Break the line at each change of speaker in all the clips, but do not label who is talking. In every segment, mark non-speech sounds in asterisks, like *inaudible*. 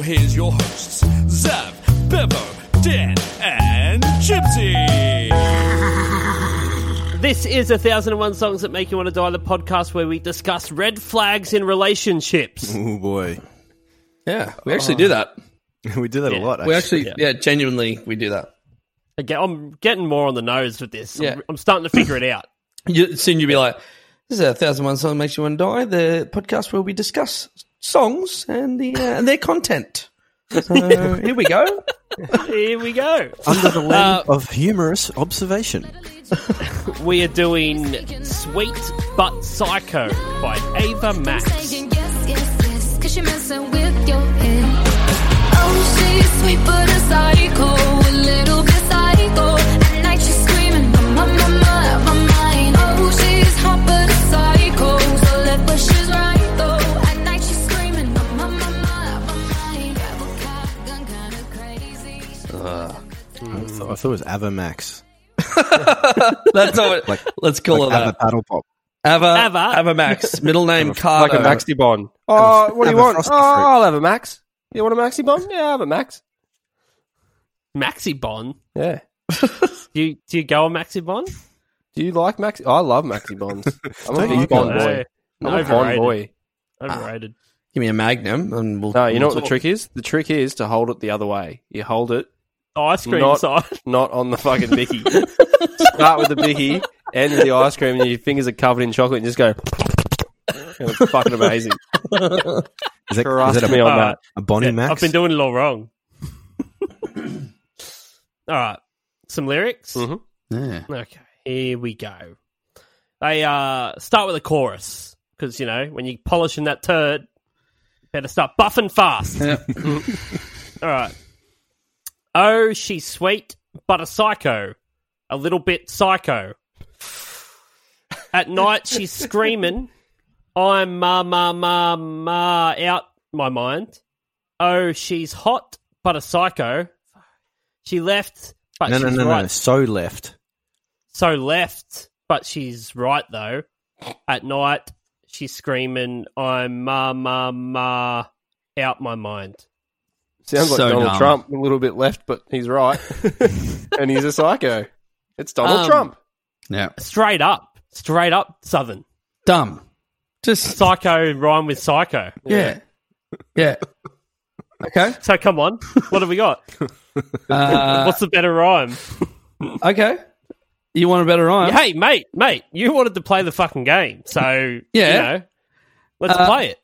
here's your hosts, Zav, Bevo, Dan, and Gypsy.
This is a thousand and one songs that make you want to die. The podcast where we discuss red flags in relationships.
Oh boy,
Yeah, we actually do that.
we do that a lot.
We
Actually.
actually, yeah. genuinely, we do that.
Again, I'm getting more on the nose with this. I'm-
Yeah.
I'm, starting to figure it out.
You, soon you'll be like, "This is a thousand one song that makes you want to die." The podcast where we discuss songs and the uh, and their content. So here we go.
Here we go.
Under the lens of humorous observation.
We are doing "Sweet But Psycho" by Ava Max.
Saying yes, yes, yes, cause you're messing with your head. Oh, she's sweet but a psycho, a little bit psycho. At night she's screaming, I'm on my mind, out my mind. Oh, she's hot but a psycho, so left but she's right though. At night she's screaming, I'm on my mind, out my mind. Grab a cop gun, kinda crazy.
I thought, I thought it was Avamax.
That's not what, let's call
Like
it
Ava Paddle Pop.
that. Ava,
Ava.
Ava, Max, middle name
like
Carter.
a maxi bond. Oh, what do
have
you
a
want? Oh,
frosted fruit.
I'll have a max. You want a maxi bond? Yeah, I have a max.
Maxi Bon.
Yeah.
Do you, do you go on Maxi Bon?
Do you like maxi? I love maxi
*laughs*
bonds. I'm a
Don't you
big bond
guys?
boy.
No.
I'm a bond
Overrated.
boy.
Overrated.
Give me a Magnum, and we'll.
No, you know what
we'll
the trick is? The trick is to hold it the other way. You hold it
Ice cream
Not-
side.
not on the
*laughs*
fucking bicky. Start with the bicky, end with the ice cream, and your fingers are covered in chocolate, and just go. *laughs* It's fucking amazing.
Is that,
Trust
is that a,
me on
uh,
that.
a Bonnie
Yeah,
Max?
I've been doing it all wrong. all right. Some lyrics.
Mhm.
Okay. Here we go. They uh, start with a chorus because, you know, when you're polishing that turd, better start buffing fast. *laughs* all right. Oh, she's sweet, but a psycho. A little bit psycho. At night, she's screaming, I'm ma ma ma ma out my mind. Oh, she's hot, but a psycho. She left, but
no, no,
she's
no,
right.
no. So left.
So left, but she's right though. At night, she's screaming, "I'm ma ma ma out my mind."
Sounds like
So
Donald
dumb.
Trump, a little bit left, but he's right,
*laughs*
and he's a psycho. It's Donald
Um,
Trump.
Yeah.
Straight up, straight up, southern
dumb. Just
psycho rhyme with psycho.
yeah, yeah. Okay.
So come on, what have we got?
Uh,
What's the better rhyme?
okay. You want a better rhyme?
hey, mate, mate, you wanted to play the fucking game, so
Yeah. Uh,
you know, let's play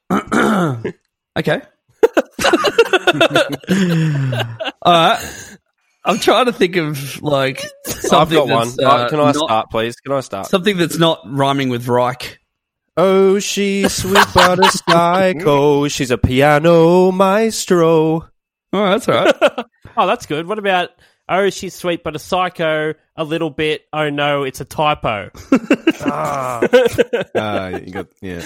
it.
Okay. *laughs* All right. I'm trying to think of like
I've
something
got one.
that's
Uh,
uh,
Can I
not-
start, please? Can I start?
something that's not rhyming with Reich.
Oh, she's sweet but a *laughs* psycho. She's a piano
Oh,
maestro.
that's all right.
Oh, that's good. What about? Oh, she's sweet, but a psycho. A little bit. Oh no, it's a typo.
Uh, you got, *laughs* yeah.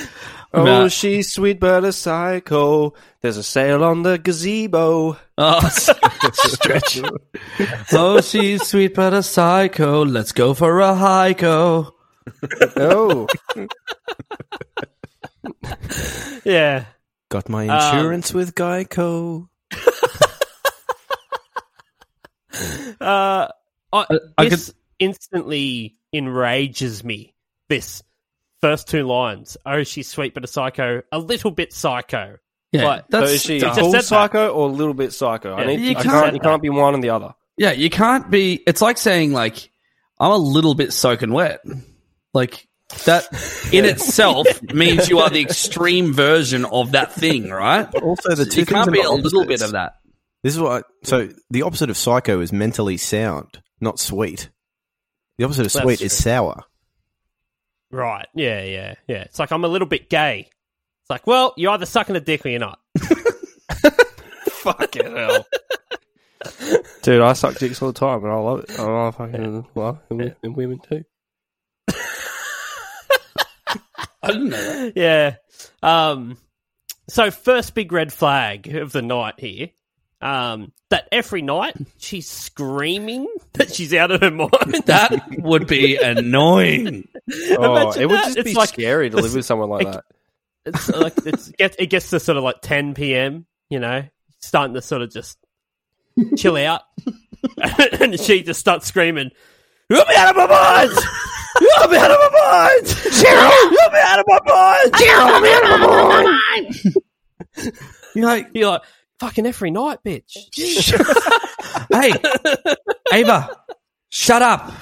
Oh,
Nah.
she's sweet but a psycho. There's a sail on the gazebo.
Oh, stretch. oh, she's sweet but a psycho. Let's go for a hiko.
Oh,
Yeah.
Got my insurance with Geico.
Uh, I,
I
this instantly enrages me. This first two lines. Oh, she's sweet, but a psycho. A little bit psycho.
Yeah,
Right.
so
that's
is she
dumb.
a
Just
full
said that.
psycho or a little bit psycho? I
Yeah,
you
need. You I
can't-
can't. You can't be one and the other.
yeah. You can't be. It's like saying like I'm a little bit soaking wet. Like that in itself means you are the extreme version of that thing, right?
Also, the two
you can't
things
be
are
a
not
little
opposites.
bit of that.
This is what. I, so the opposite of psycho is mentally sound, not sweet. The opposite of
That's
sweet
true.
is sour.
Right. Yeah. Yeah. Yeah. It's like I'm a little bit gay. It's like, well, you're either sucking a dick or you're not.
fucking hell. Dude, I suck dicks all the time, and I love it. Oh, I fucking love it. And, and women *laughs* too.
I didn't know that.
*laughs* Yeah. Um, so first big red flag of the night here. Um, that every night she's screaming *laughs* that she's out of her *laughs* mind.
That would be annoying.
Oh,
Imagine
it would
that.
just
It's
be
like-
scary to live with someone like
like-
that.
It's like it's, it gets- it gets to sort of like 10 p.m. You know, starting to sort of just chill out, *laughs* and she just starts screaming, "You'll be out of my mind! You'll be out of my mind, Cheryl! You'll be out of my mind, Cheryl! You'll be out of my mind!"
You know,
You're like fucking every night, bitch.
*laughs*
*laughs*
Hey, Ava, shut up.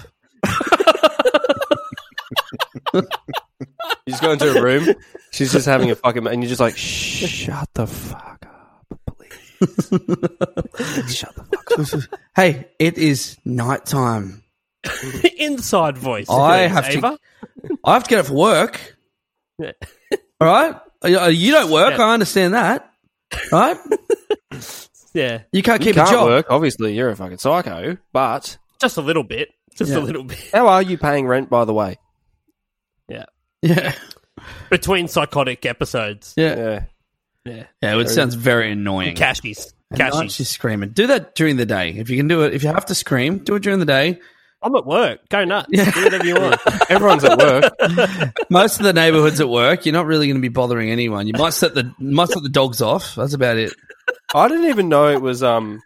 You just go into a room, she's just having a fucking, and you're just like, shut the fuck up, please.
Shut the fuck up. hey, it is nighttime.
Inside voice.
I have to-
Ava.
I have to get up for work.
Yeah.
All right. Uh, You don't work. I understand that. All right.
Yeah,
You can't
You
keep a
can't
job.
work, obviously. You're a fucking psycho, but
just a little bit. Just
Yeah.
a little bit.
how are you paying rent, by the way?
Yeah.
Yeah.
Between psychotic episodes.
Yeah.
*laughs* Yeah.
Yeah.
Yeah. It sounds very annoying.
Cashies.
At night,
Cashies.
she's screaming. Do that during the day. If you can do it, if you have to scream, do it during the day.
I'm at work. Go nuts. Do whatever you
*laughs*
want.
Everyone's at work.
Most of the neighborhoods at work, you're not really going to be bothering anyone. You might set the might set the dogs off. That's about it.
I didn't even know it was, um,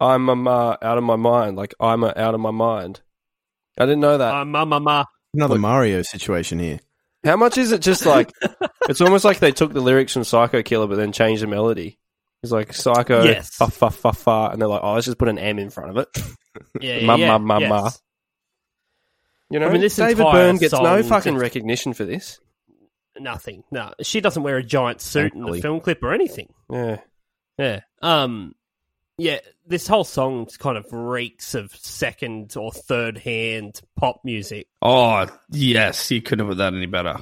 I'm a ma out of my mind. Like, I'm a out of my mind. I didn't know that.
Uh, ma, ma, ma.
another Mario situation here.
How much is it just like,
*laughs*
it's almost like they took the lyrics from Psycho Killer but then changed the melody. It's like Psycho,
Yes.
fa, fa, fa, fa, and they're like, oh, let's just put an M in front of it.
Yeah, yeah,
Ma,
yeah.
ma, ma,
Yes.
ma. You know,
I mean, this
David
entire
Byrne gets no
song's
fucking
a-
recognition for this.
Nothing. No. She doesn't wear a giant suit in the
Thankfully.
film clip or anything.
Yeah.
Yeah. Um yeah, this whole song kind of reeks of second or third hand pop music.
Oh yes, you couldn't have done any better.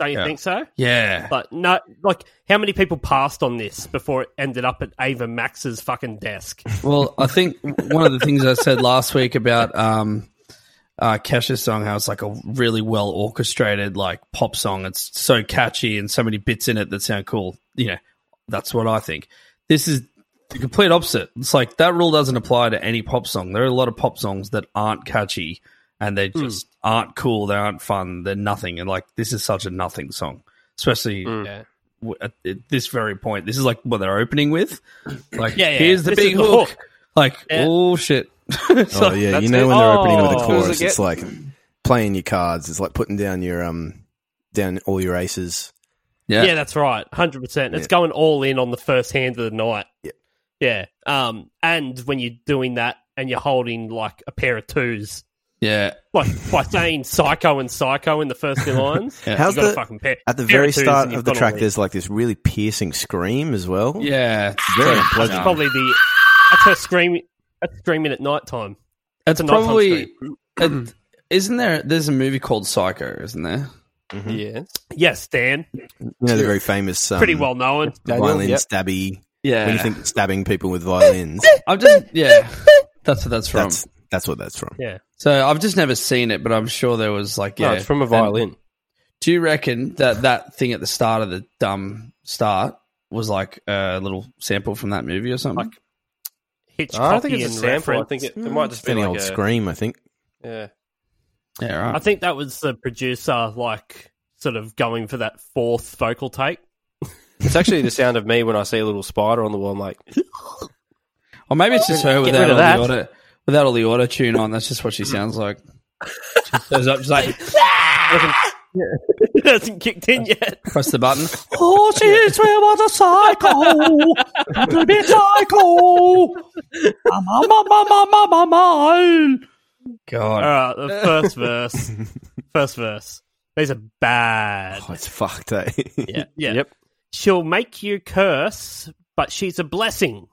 Don't you
Yeah.
think so?
Yeah.
But no, like how many people passed on this before it ended up at Ava Max's fucking
*laughs*
desk?
Well, I think one of the things I said last week about um, uh, Kesha's song, how it's like a really well orchestrated like pop song. It's so catchy and so many bits in it that sound cool. You know, that's what I think. This is the complete opposite. It's like that rule doesn't apply to any pop song. There are a lot of pop songs that aren't catchy and they just aren't cool. They aren't fun. They're nothing. And like this is such a nothing song, especially. w- At at this very point, this is like what they're opening with. Like,
Yeah, yeah.
here's the
This is
big
the
hook.
hook.
Like,
Yeah.
oh shit.
oh yeah, you
that's
know
it.
when they're opening with
Oh.
a chorus,
Does it
it's
get-
like playing your cards. It's like putting down your um, down all your aces.
Yeah.
Yeah, that's right. 100%. It's going all in on the first hand of the night.
Yeah.
Yeah. Um, and when you're doing that and you're holding like a pair of twos,
Yeah.
like
*laughs*
by saying psycho and psycho in the first few lines,
Yeah.
you've
How's
got a
the
fucking pair.
at the
pair
very
twos
start
and
of
you've
the
gone
track?
all in.
There's like this really piercing scream as well.
Yeah.
very unpleasant.
That's probably the. That's her screaming. That's screaming at night time.
That's
nighttime
probably. it- isn't there? There's a movie called Psycho, isn't there?
Yes.
Yes, Dan.
You know the very famous um,
Pretty well known.
Daniel,
violin
yep.
stabby.
Yeah.
When you think stabbing people with violins,
I've just. Yeah. That's what that's from.
that's that's what that's from.
Yeah.
so I've just never seen it, but I'm sure there was like. Yeah.
No, it's from a violin.
Do you reckon that that thing at the start of the dumb start was like a little sample from that movie or something?
Hitchcock.
I don't think it's a sample.
Reference.
I think it, it might just
It's
be
an
like
old
a,
scream, I think.
Yeah.
yeah. Right.
I think that was the producer, like sort of going for that fourth vocal take. *laughs*
It's actually the sound of me when I see a little spider on the wall.
*laughs*
I'm like,
Or maybe it's just her without
rid
all
of
the auto without all the auto tune on. That's just what she sounds like. She goes up, she's like,
It hasn't kicked
Uh,
in yet.
press
*laughs*
the button.
Horses where was a psycho, to be psycho. Ma ma ma ma ma ma ma.
God.
All right, the first
*laughs*
verse. First verse. These are bad.
Oh, it's fucked, eh?
Yeah, yeah.
Yep.
She'll make you curse, but she's a blessing.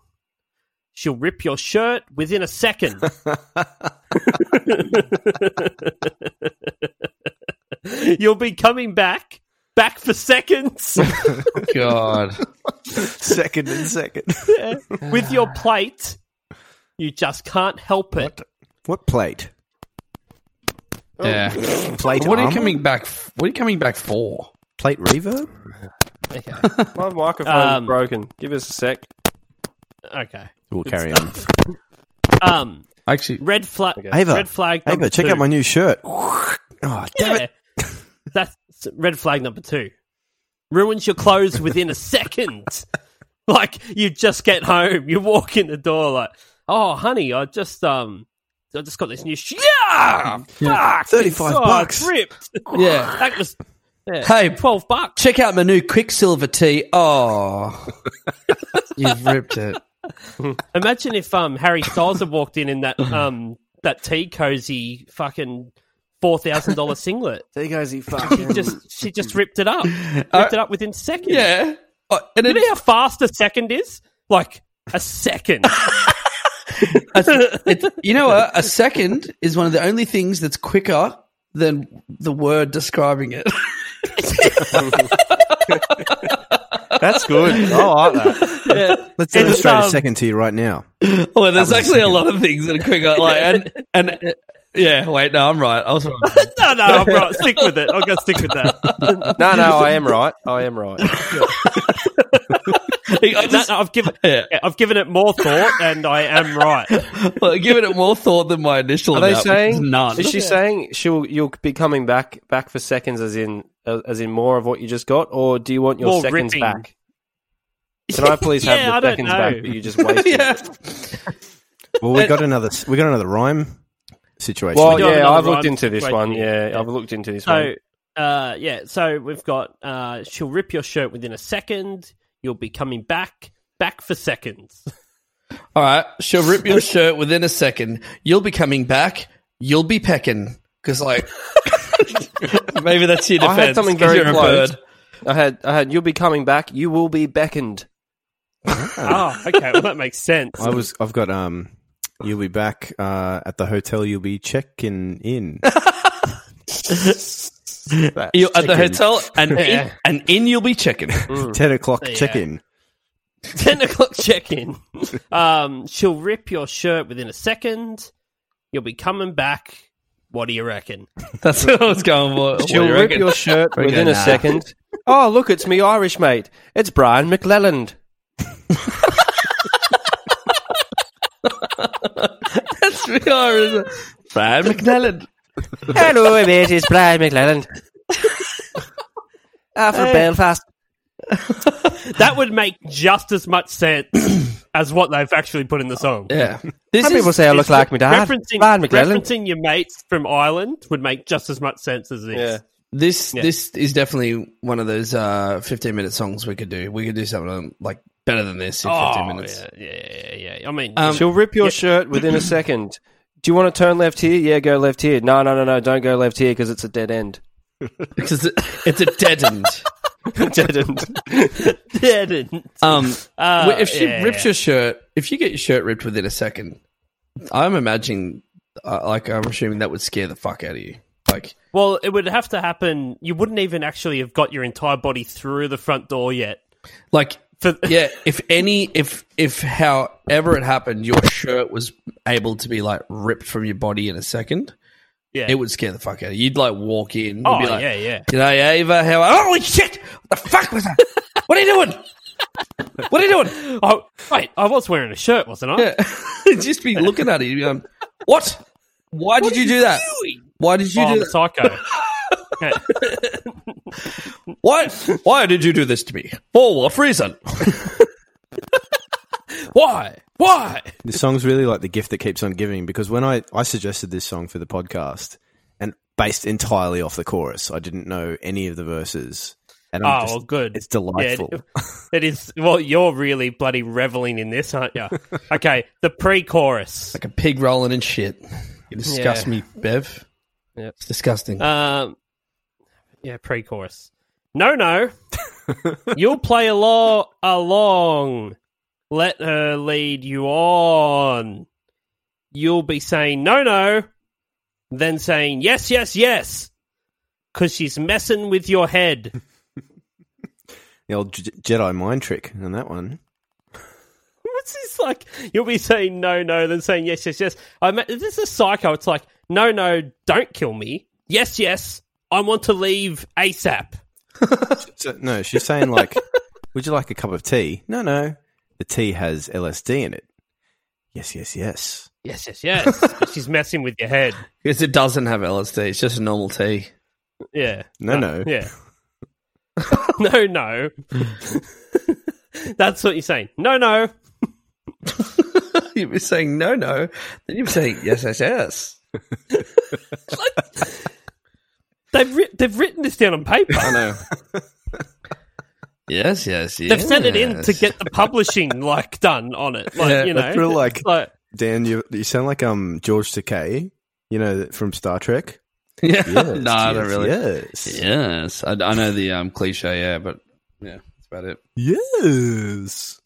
She'll rip your shirt within a
*laughs*
second. You'll be coming back back for
*laughs*
seconds
God.
*laughs*
*laughs*
second and second.
with your plate. You just can't help it.
what plate?
Yeah.
Plate.
What are you
armor?
coming back? f- What are you coming back for?
Plate reverb.
*laughs* My microphone's
Um,
broken. Give us
*laughs*
a sec.
Okay.
We'll carry on.
Um,
Actually,
red flag.
Ava,
Red flag. number
Ava, check
two.
out my new shirt. Oh damn
Yeah.
it!
*laughs* That's red flag number two. Ruins your clothes within a second. *laughs* Like you just get home, you walk in the door, like, oh, honey, I just um, I just got this new sh- yeah, fuck,
$35
it's so
bucks.
ripped.
Yeah.
that was yeah,
Hey.
twelve bucks.
check out my new Quicksilver tee. Oh, you've ripped it.
Imagine if um Harry Styles had walked in in
*laughs*
that um that tea cozy fucking four thousand dollar singlet.
There goes *laughs* he.
She
Fucking
just she just ripped it up,
Uh,
ripped it up within seconds.
Yeah. Oh, and
You
it,
know how fast a second is? Like a second.
you know what? A second is one of the only things that's quicker than the word describing it.
That's good. *laughs* I like that. Let's demonstrate
um,
a second to you right now.
Well, Oh, there's actually a lot of things that are
*laughs*
quicker. Like and and yeah. Wait, no, I'm right. I was
*laughs*
wrong.
no, no, I'm right. Stick with it. I'm gonna stick with that.
No, no, I am right. I am
*laughs*
right.
*laughs* I
No,
just,
no, I've given
Yeah.
I've given it more thought, and I am right.
well, giving it more thought than my initial.
Are they
amount, which is
saying?
none? *laughs*
Is she saying she'll you'll be coming back back for seconds, as in uh, as in more of what you just got, or do you want your
More
seconds
ripping. *laughs*
back? Can I please
Yeah, I
have the
don't
seconds
know.
back that you
*laughs*
just wasted?
yeah.
Well, we got another. We got another rhyme situation.
Well,
do have
yeah,
another
I've looked
rhyme
into this
situation
one.
here.
Yeah, I've looked into this
So,
one.
uh, yeah. So we've got uh, she'll rip your shirt within a second. You'll be coming back, back
*laughs*
for seconds.
All right, she'll rip your shirt within a second. You'll be coming back. You'll be pecking because,
*laughs*
like, maybe that's your
I
defense.
had something
'cause
very
you're a
close.
bird.
I had, I had. You'll be coming back. You will be beckoned.
oh, okay. Well, that makes sense.
*laughs*
I was. I've got. Um, you'll be back uh, at the hotel. You'll be checking *laughs* in.
You're at the
Chicken.
hotel,
*laughs*
and in, and in you'll be checking.
Ten o'clock
Yeah.
check in.
10 o'clock check in. *laughs* Um, she'll rip your shirt within a second. You'll be coming back. What do you reckon?
*laughs* That's what I was going for.
Oh,
What do
She'll
you
rip
reckon?
your shirt
Okay,
within a
nah.
second. *laughs* Oh, look, it's me Irish mate. It's Brian McLelland.
That's me, Iris. Brad McNellan.
Hello, mate. It's Brian McLelland. Ah, from Belfast.
That would make just as much sense
*clears throat*
as what they've actually put in the song.
Yeah, this
Some
is
people say I look like my dad.
Referencing,
Brian McLelland.
referencing your mates from Ireland would make just as much sense as this.
Yeah.
this
Yeah.
this is definitely one of those uh, fifteen minute songs we could do. We could do something um, like better than this in
Oh,
fifteen minutes.
Yeah, yeah, yeah, yeah. I mean,
Um,
She'll rip your shirt within a second. Do you want to turn left here? Yeah, go left here. No, no, no, no. Don't go left here because it's a dead end.
Because it's a dead
*laughs*
end.
dead end.
they didn't.
Um,
Uh,
Well, if she
yeah,
rips
yeah.
your shirt, if you get your shirt ripped within a second, I'm imagining, uh, like, I'm assuming that would scare the fuck out of you. Like,
Well, it would have to happen. You wouldn't even actually have got your entire body through the front door yet.
like,
For-
*laughs* yeah. If any, if if however it happened, your shirt was able to be like ripped from your body in a second,
Yeah.
it would scare the fuck out of you. You'd like walk in, you'd
Oh,
be like,
yeah, yeah.
G'day, Ava. How? Are-? Holy shit! What the fuck was that? what are you doing? What are you doing?
Oh, wait, I was wearing a shirt, wasn't I?
Yeah. It'd *laughs* just be looking at it. You'd be going, what? Why did you do that? Why did you
Oh,
do
I'm a
that?
psycho.
*laughs*
Okay.
Why? Why did you do this to me? For what reason? *laughs* Why? Why?
This song's really like the gift that keeps on giving because when I, I suggested this song for the podcast and based entirely off the chorus, I didn't know any of the verses. And
Oh,
I'm just,
well, good.
It's delightful.
Yeah, it, it is. Well, you're really bloody reveling in this,
*laughs*
aren't you? Okay, the pre-chorus.
Like a pig rolling in shit. You disgust
Yeah.
me, Bev. It's disgusting.
Um, yeah, pre-chorus. No, no. You'll play along. Along. Let her lead you on. You'll be saying no, no, then saying yes, yes, yes, because she's messing with your head.
the old J- Jedi mind trick on that one.
What's this like? You'll be saying no, no, then saying yes, yes, yes. I mean, this is psycho. It's like no, no, don't kill me. Yes, yes, I want to leave ASAP.
So, no, she's saying like, *laughs* "Would you like a cup of tea?" No, no, the tea has LSD in it. Yes, yes, yes.
Yes, yes, yes. But she's messing with your head.
Because it doesn't have LSD. It's just a normal tea.
Yeah.
No, no.
Ah, *laughs*
*laughs*
Yeah. no, no. *laughs* That's what you're saying. No, no.
*laughs* You'd be saying no, no. Then you'd be saying yes, yes, yes.
They've writ- they've written this down on paper.
I know.
Yes, yes, yes.
They've sent it in to get the publishing like done on it. Like
Yeah,
*laughs* you know,
I feel like
like
Dan, you you sound like um George Takei, you know from Star Trek.
Yeah. *laughs* no, I don't really.
Yes,
Yes. I, I know the um, cliche, yeah, but yeah, that's about it.
yes.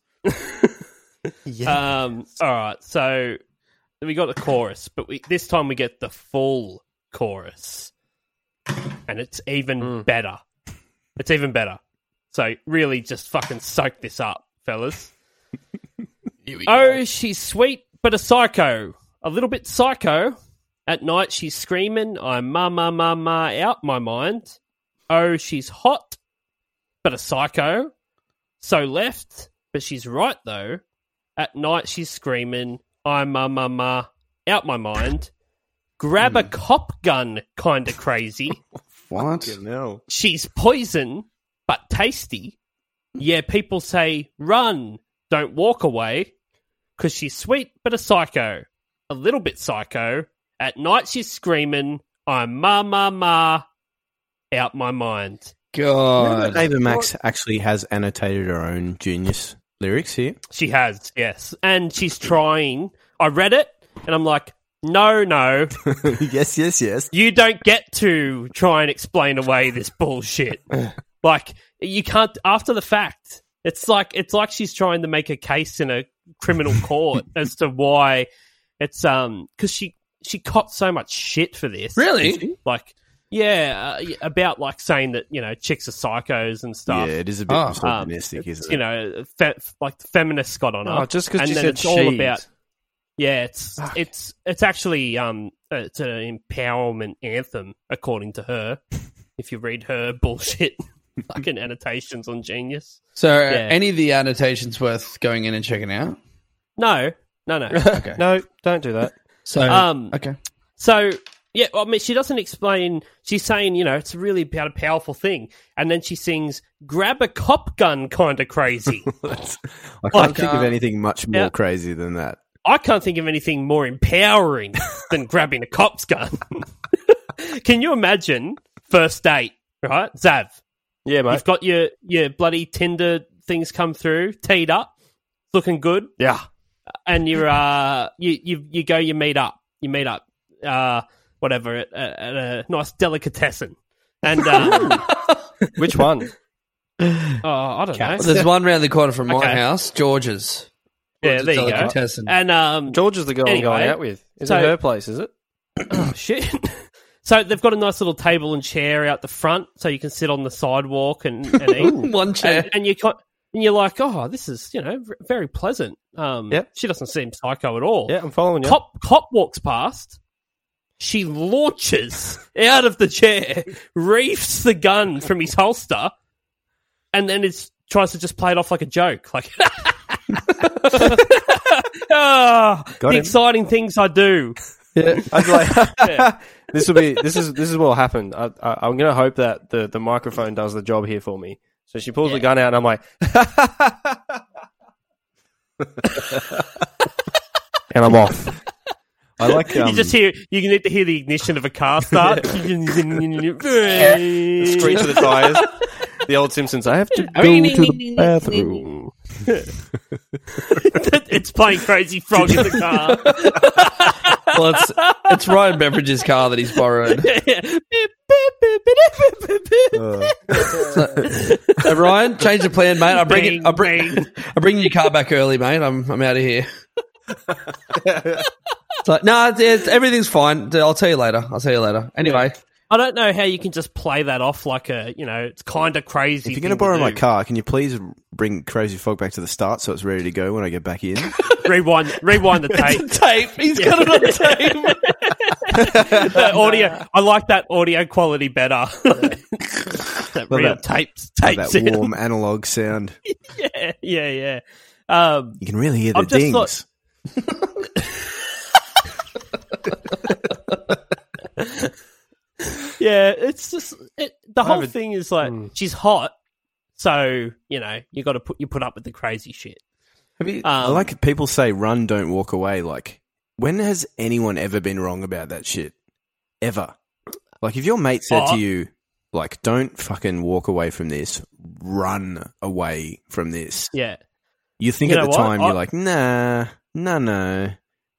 Um, all right, so we got the chorus, but we, this time we get the full chorus, and it's even
Hmm.
better. It's even better. So really, just fucking soak this up, fellas. oh, she's sweet but a psycho, a little bit psycho. At night, she's screaming, "I'm ma ma ma ma out my mind." Oh, she's hot but a psycho. So left, but she's right though. At night, she's screaming, I'm a mama, out my mind. Grab a cop gun, kinda crazy.
What?
No.
she's poison, but tasty. Yeah, people say, run, don't walk away, because she's sweet, but a psycho. A little bit psycho. At night, she's screaming, I'm ma, ma, ma, out my mind.
God.
Ava Max actually has annotated her own genius
*laughs*
lyrics here.
She has, yes. And she's trying. I read it, and I'm like, no, no,
yes, yes, yes.
you don't get to try and explain away this bullshit. like you can't after the fact. It's like it's like she's trying to make a case in a criminal court as to why it's um because she she caught so much shit for this.
Really?
Like yeah, uh, y- about like saying that you know chicks are psychos and
Yeah,
stuff.
it is a bit
Oh.
misogynistic, isn't it?
Ah. You know, fe- like the feminists got on her.
Oh, just because
And
she
then
said Ah.
it's all
she.
about Yeah, it's it's it's actually um it's an empowerment anthem according to her. if you read her *laughs*
*laughs*
bullshit fucking annotations on Genius.
So, uh,
Yeah.
any of the annotations worth going in and checking out?
No, no,
*laughs*
no.
Okay.
No, don't do that.
So,
Um,
okay.
so yeah, I mean she doesn't explain. She's saying you know it's really about a powerful thing, and then she sings "grab a cop gun" kind of crazy.
That's- I can't
Like,
think
uh,
of anything much more
yeah.
crazy than that.
I can't think of anything more empowering than grabbing a cop's gun. *laughs* Can you imagine first date, right? Zav,
Yeah, mate.
you've got your, your bloody Tinder things come through, teed up, looking good,
yeah.
and you're uh you you you go you meet up, you meet up, uh whatever at, at at a nice delicatessen, and um,
Which one?
oh I don't know,
Well, there's one round the corner from my
Okay.
house, George's.
yeah
George's
there you go,
delicatessen.
and um
George is the girl I'm
Anyway,
going out with. Is
so-
it her place? Is it?
Oh, shit. *laughs* So they've got a nice little table and chair out the front, so you can sit on the sidewalk and, and
*laughs*
eat.
One chair.
and, and you can and you're like, oh, this is you know v- very pleasant. Um,
Yep.
she doesn't seem psycho at all.
Yeah, I'm following you.
Cop cop walks past. She launches *laughs* out of the chair, reefs the gun from his holster, and then it's tries to just play it off like a joke,
*laughs*
like. *laughs* Ah, the
him.
exciting things I do.
I'd *laughs* like, this will be this is this is what happened. I, I, I'm going to hope that the, the microphone does the job here for me. So she pulls the gun out, and I'm like, *laughs* and I'm off.
I like
*laughs*
um,
You just hear you can need to hear the ignition of a car start.
*laughs* Screech of the tires. The old Simpsons. I have to go to *laughs* the bathroom.
*laughs* it's playing Crazy Frog in the car.
well, it's, it's Ryan Beveridge's car that he's
*laughs*
borrowed.
uh,
Hey, Uh, Ryan, change the plan, mate. I bring it. I bring.
Bang,
I bring your car back early, mate. I'm. I'm out of here. it's like no, it's, it's, everything's fine. I'll tell you later. I'll tell you later. Anyway,
I don't know how you can just play that off like a, you know, it's kind of crazy.
If you're
going to
borrow
do.
my car, can you please bring Crazy Fog back to the start so it's ready to go when I get
*laughs*
back in?
rewind, rewind
*laughs*
the tape.
tape. He's got it on tape.
the audio. I like that audio quality better. *laughs* that real
that-
tapes,
that
tapes. *laughs* in.
warm analog sound.
Yeah, yeah, yeah. Um,
You can really hear the
I've just
dings.
thought- yeah, it's just it, the whole thing is like
Hmm.
she's hot, so you know you got to put you put up with the crazy shit.
Have you,
Um,
like people say, run, don't walk away. Like, when has anyone ever been wrong about that shit? Ever. Like, if your mate said
Oh.
to you, like, don't fucking walk away from this, run away from this,
Yeah,
you think
You
at
know what?
the time,
I-
you're like, nah, no, no.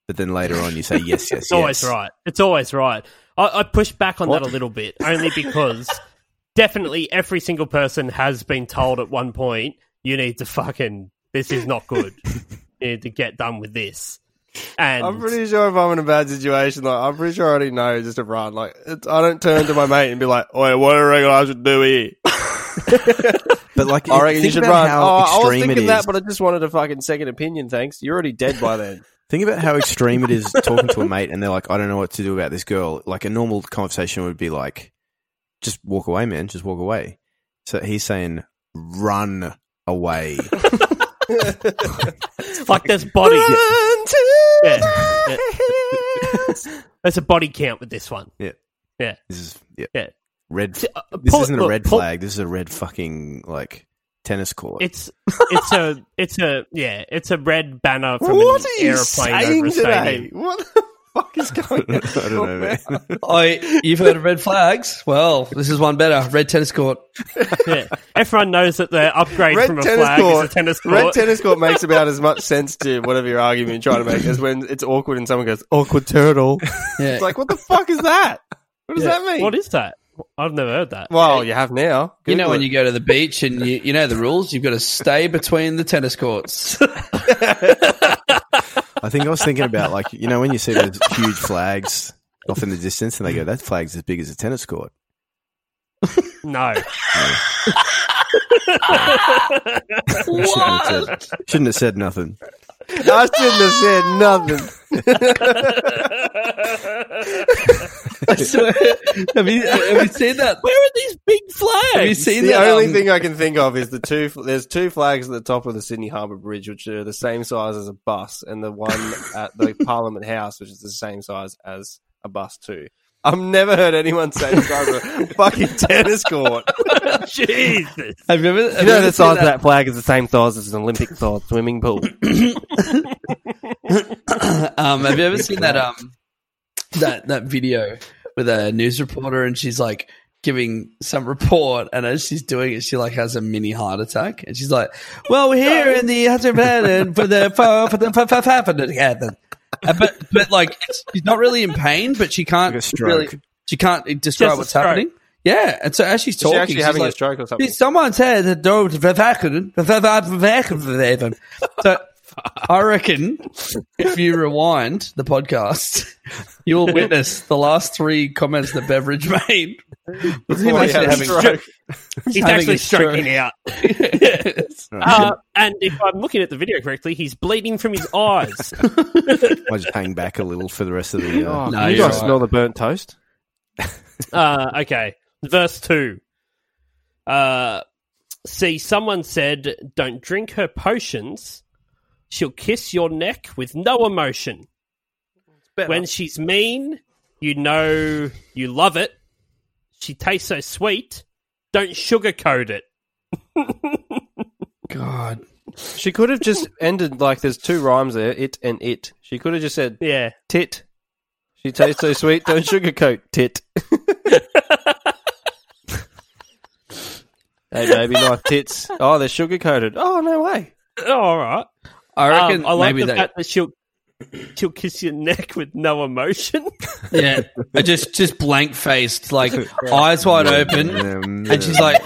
But then later on, you say, yes,
*laughs*
yes,
it's always right. It's always right. I, I push back on that a little bit only
*laughs*
because definitely every single person has been told at one point you need to fucking this is not
*laughs*
good. you need to get done with this. And
I'm pretty sure if I'm in a bad situation, like I'm pretty sure I already know just to run. Like it's, I don't turn to my mate and be like, "Oi, what do you reckon I should do here?"
But like,
*laughs* I reckon you
think
should
about
run.
how
Oh, I was
extreme it
thinking
is.
that, but I just wanted a fucking second opinion. Thanks. You're already dead
*laughs*
by then.
Think about
*laughs*
how extreme it is talking to a mate and they're like, I don't know what to do about this girl. Like a normal conversation would be like, just walk away, man, just walk away. So he's saying, run away.
*laughs*
like there's bodies.
*laughs*
Yeah. Yeah. *laughs* There's a body count with this one.
this is, yeah.
Yeah.
Red.
See, uh,
This
pull-
isn't a
look,
red
pull-
flag. This is a red fucking, like, tennis court.
It's it's
*laughs*
a it's a yeah it's a red banner from
what
an
are you
airplane over
saying
a
today?
stadium.
What the fuck is *laughs* going on?
*laughs* I don't know, man.
*laughs* I, you've heard of red flags? Well, this is one better. Red tennis
*laughs*
court.
Yeah. Everyone knows that the upgrade
Red
from a
tennis
flag is
court.
a tennis court.
Red
*laughs*
tennis court makes about as much sense to whatever your argument you're trying to make as when it's awkward and someone goes, "Awkward turtle."
Yeah.
It's like, what the fuck is that? What does that mean?
What is that? I've never heard that.
well, you have now.
you know
Google
when
it.
you go to the beach and you, you know the rules, you've got to stay between the tennis *laughs* courts.
I think I was thinking about, like, you know, when you see those huge flags off in the distance and they go, that flag's as big as a tennis court.
*laughs*
No.
*laughs*
Shouldn't have said, shouldn't have said nothing.
*laughs* I shouldn't have said nothing.
So, *laughs* have you have you seen that?
Where are these big flags?
Have you seen
The
that?
only
um,
thing I can think of is the two. There's two flags at the top of the Sydney Harbour Bridge, which are the same size as a bus, and the one at *laughs* the Parliament House, which is the same size as a bus too. I've never heard anyone say the size *laughs* of a fucking tennis court.
Jesus.
Have you ever? Have
You
you
know
ever seen
the size of
that?
that flag is the same size as an *laughs* Olympic sized swimming pool.
Um, have you ever seen that? Um, that that video with a news reporter and she's like giving some report and as she's doing it she like has a mini heart attack and she's like well we're here in the and for the for, for the for, for, for, for the Uh, but but like it's, she's not really in pain but she can't
Like a stroke.
really she can't describe
Just a
what's
stroke.
happening yeah and so as she's
Is she
talking
actually
she's
having
like,
a stroke or something?
Someone said that don't vacuum, vacuum, vacuum, vacuum. *laughs* So I reckon if you rewind the podcast, *laughs* you'll witness the last three comments that Beveridge *laughs* made.
Before he had a *laughs* stroke.
He's
having
actually
a stroke.
stroking
*laughs*
out. Uh, and if I'm looking at the video correctly, he's bleeding from his eyes.
I just hang back a little for the rest of the. Uh,
No,
you
you're
guys
right.
smell the burnt toast?
Uh, okay. Verse 2. Uh, see, someone said, Don't drink her potions. She'll kiss your neck with no emotion. When she's mean, you know you love it. She tastes so sweet. Don't sugarcoat it.
God.
She could have just ended like there's two rhymes there, it and it. She could have just said
Yeah.
tit. She tastes so sweet, don't sugarcoat tit. hey baby, nice tits. Oh, they're sugarcoated. Oh no way.
Oh, all right.
I
Um,
reckon
I like
maybe
the
that.
fact that she'll *clears throat* she'll kiss your neck with no emotion. *laughs*
Yeah. I just just blank faced, like eyes wide open.
um,
And she's like,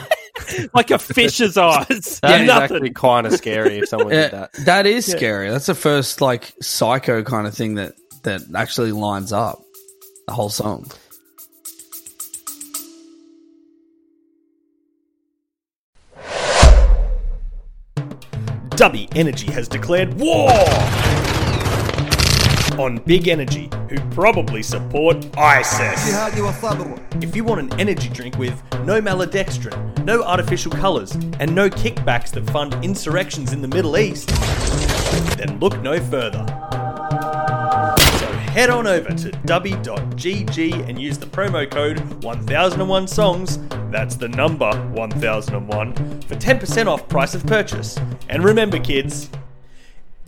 like
*laughs*
a fish's eyes.
That is
Nothing.
actually kind of scary if someone did
yeah,
that.
that is scary. That's the first like psycho kind of thing that that actually lines up the whole song.
Subby Energy has declared war on Big Energy, who probably support ISIS. If you want an energy drink with no maladextrin, no artificial colours, and no kickbacks that fund insurrections in the Middle East, then look no further. So head on over to dubby.gg and use the promo code 1001 songs, that's the number 1001, for 10% off price of purchase. And remember, kids,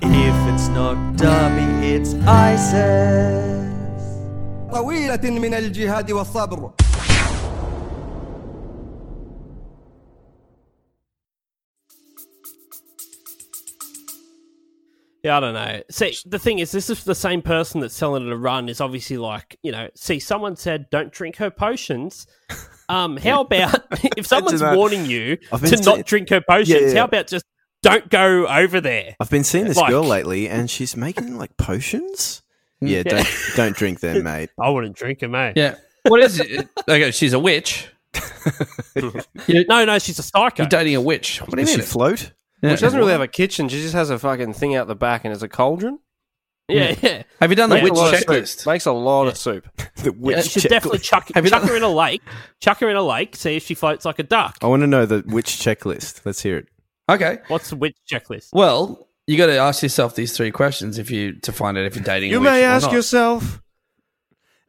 if it's not Dubby, it's ISIS.
طويلة من الجهاد والصبر
Yeah, I don't know. See, the thing is, this is the same person that's selling it a run is obviously like, you know, see, someone said don't drink her
*laughs*
potions. Um, how about *laughs* if someone's
that.
warning you
I've
to
been
not
see-
drink her potions,
yeah.
how about just don't go over there?
I've been seeing this
Like-
girl lately, and she's making like potions. Yeah, don't don't drink them, mate.
I wouldn't drink her, mate.
Yeah. What is it? Okay, she's a witch.
No, no, she's a psycho.
You're dating a witch. What do you
Does she
mean?
float?
Well, she doesn't really have a kitchen. She just has a fucking thing out the back and it's a cauldron.
Yeah, yeah.
Have you done the
Yeah,
witch
well,
Makes a lot of
checklist?
soup. Makes a lot of soup.
The witch
You should
check- *laughs*
definitely chuck,
Have you
chuck
done-
her in a lake. Chuck her in a lake. See if she floats like a duck.
I want to know the witch checklist. Let's hear it.
Okay.
What's the witch checklist?
Well, you got to ask yourself these three questions if you to find out if you're dating. a
You
witch
may
or
ask
not.
yourself.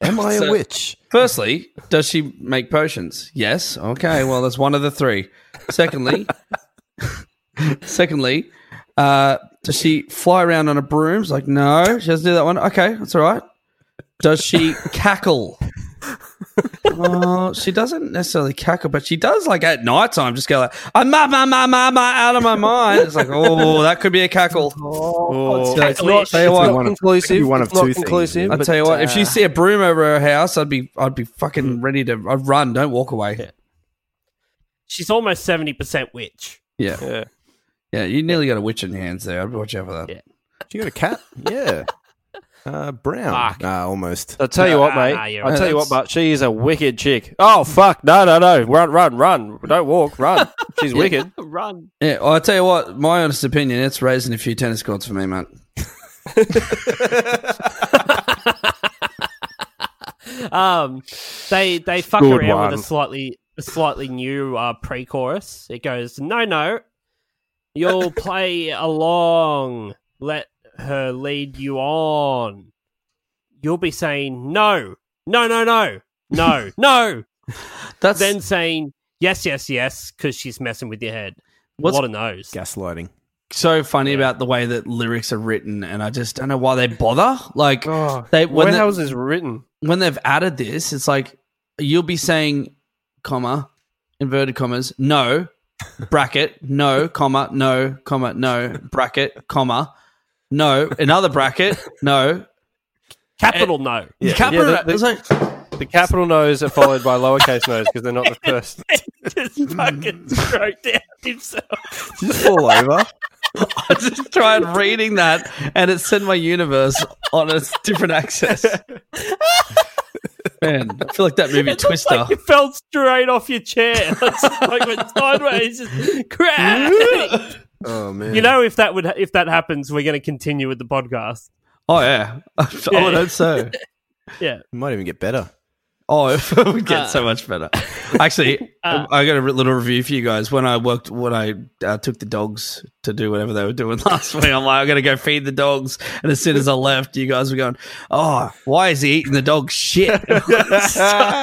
Am I a
So-
witch?
Firstly, does she make potions? Yes. Okay. Well, that's one of the three. Secondly, *laughs* secondly, uh, does she fly around on a broom? It's like, no, she doesn't do that one. Okay, that's all right. Does she cackle? *laughs* Oh, she doesn't necessarily cackle, but she does like at night time just go like, I'm ma ma ma ma ma out of my mind. It's like, oh, that could be a cackle.
Oh,
So
it's not,
tell you
it's
what,
not
one of-
conclusive.
could be one
It's
of
not
two things,
conclusive,
I
but,
tell you what, if
uh,
she see a broom over her house, I'd be I'd be fucking ready to I'd run. Don't walk away. Yeah,
She's almost seventy percent witch.
yeah,
Yeah.
you nearly got a witch in your hands there. I'd watch out for that.
Yeah.
Do you got a cat? Yeah. Uh, brown.
Fuck.
Ah, almost.
I'll tell you what,
Nah,
mate.
nah, you're
I'll tell you what,
right.
but she is a wicked chick. Oh, fuck. No, no, no. Run, run, run. Don't walk. *laughs* Run. She's wicked.
Run.
Yeah, well, I tell you what, my honest opinion, it's raising a few tennis courts for me, mate.
Um, they they fuck
Good
around
one.
with a slightly a slightly new uh, pre-chorus. It goes, no, no, you'll play along. Let her lead you on. You'll be saying no, no, no, no, no, no.
That's
Then saying yes, yes, yes, because she's messing with your head.
What's-
a lot of no's. *laughs*
Gaslighting.
so funny about the way that lyrics are written, and I just don't know why they bother. Like they when
When
they-
how is this written?
when they've added this, it's like you'll be saying, comma, inverted commas, no, bracket, no, comma, no, comma, no, bracket, comma, no, another bracket, no.
Capital no.
Capital,
Yeah, the- the-
it's like, *laughs*
The capital no's are followed by lowercase no's because they're not *laughs* the first.
Just fucking stroked out himself.
Did you just fall over?
I just tried reading that and it sent my universe on a different axis. Man, I feel like that movie
It's
Twister.
Like you fell straight off your chair. *laughs* It's like went sideways. *laughs* Just crack.
Oh, man.
you know, if that would if that happens, we're going to continue with the podcast. *laughs*
oh, yeah. *laughs* I would hope so.
It might even get better.
Oh, *laughs* it would get
Uh.
so much better.
*laughs*
Actually, I got a little review for you guys. When I worked, when I uh, took the dogs to do whatever they were doing *laughs* last week, I'm like, I got to go feed the dogs. And as soon as I left, you guys were going, "Oh, why is he eating the dog
*laughs*
shit?" *laughs*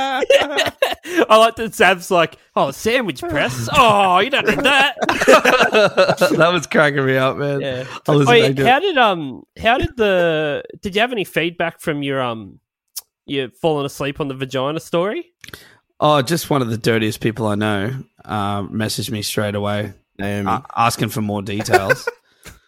I like that Sam's like, oh, sandwich *laughs* press. Oh, you don't need *laughs* that.
that was cracking me up, man.
Yeah.
I was
Wait,
like,
how did um how did the did you have any feedback from your um you falling asleep on the vagina story?
oh, just one of the dirtiest people I know uh, messaged me straight away
Naomi.
uh, asking for more
*laughs*
details.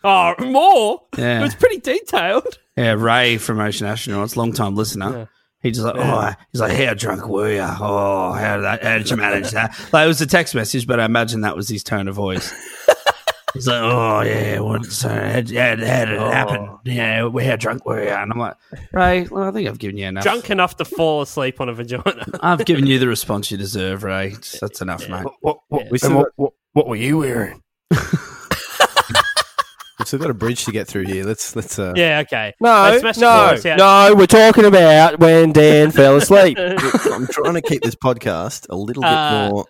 Oh, more.
Yeah.
It was *laughs* pretty detailed.
Yeah, Ray from Ocean Astronauts, long time listener. He just like, oh, he's like, how drunk were you? Oh, how did, that, how did you manage that? Like, it was a text message, but I imagine that was his tone of voice. he's like, oh, yeah, what, so, how, how, how did it happen? Yeah, how drunk were you? And I'm like, Ray, well, I think I've given you enough.
Drunk enough to fall asleep on a
*laughs*
vagina.
I've given you the response you deserve, Ray. Just- That's enough, mate.
What, what,
We still
what, were you wearing?
*laughs* We've still got a bridge to get through here. Let's let's. Uh,
Yeah, okay.
No,
They smashed the
no,
chorus out.
no. We're talking about when Dan fell *laughs* asleep.
I'm trying to keep this podcast a little bit
Uh,
more.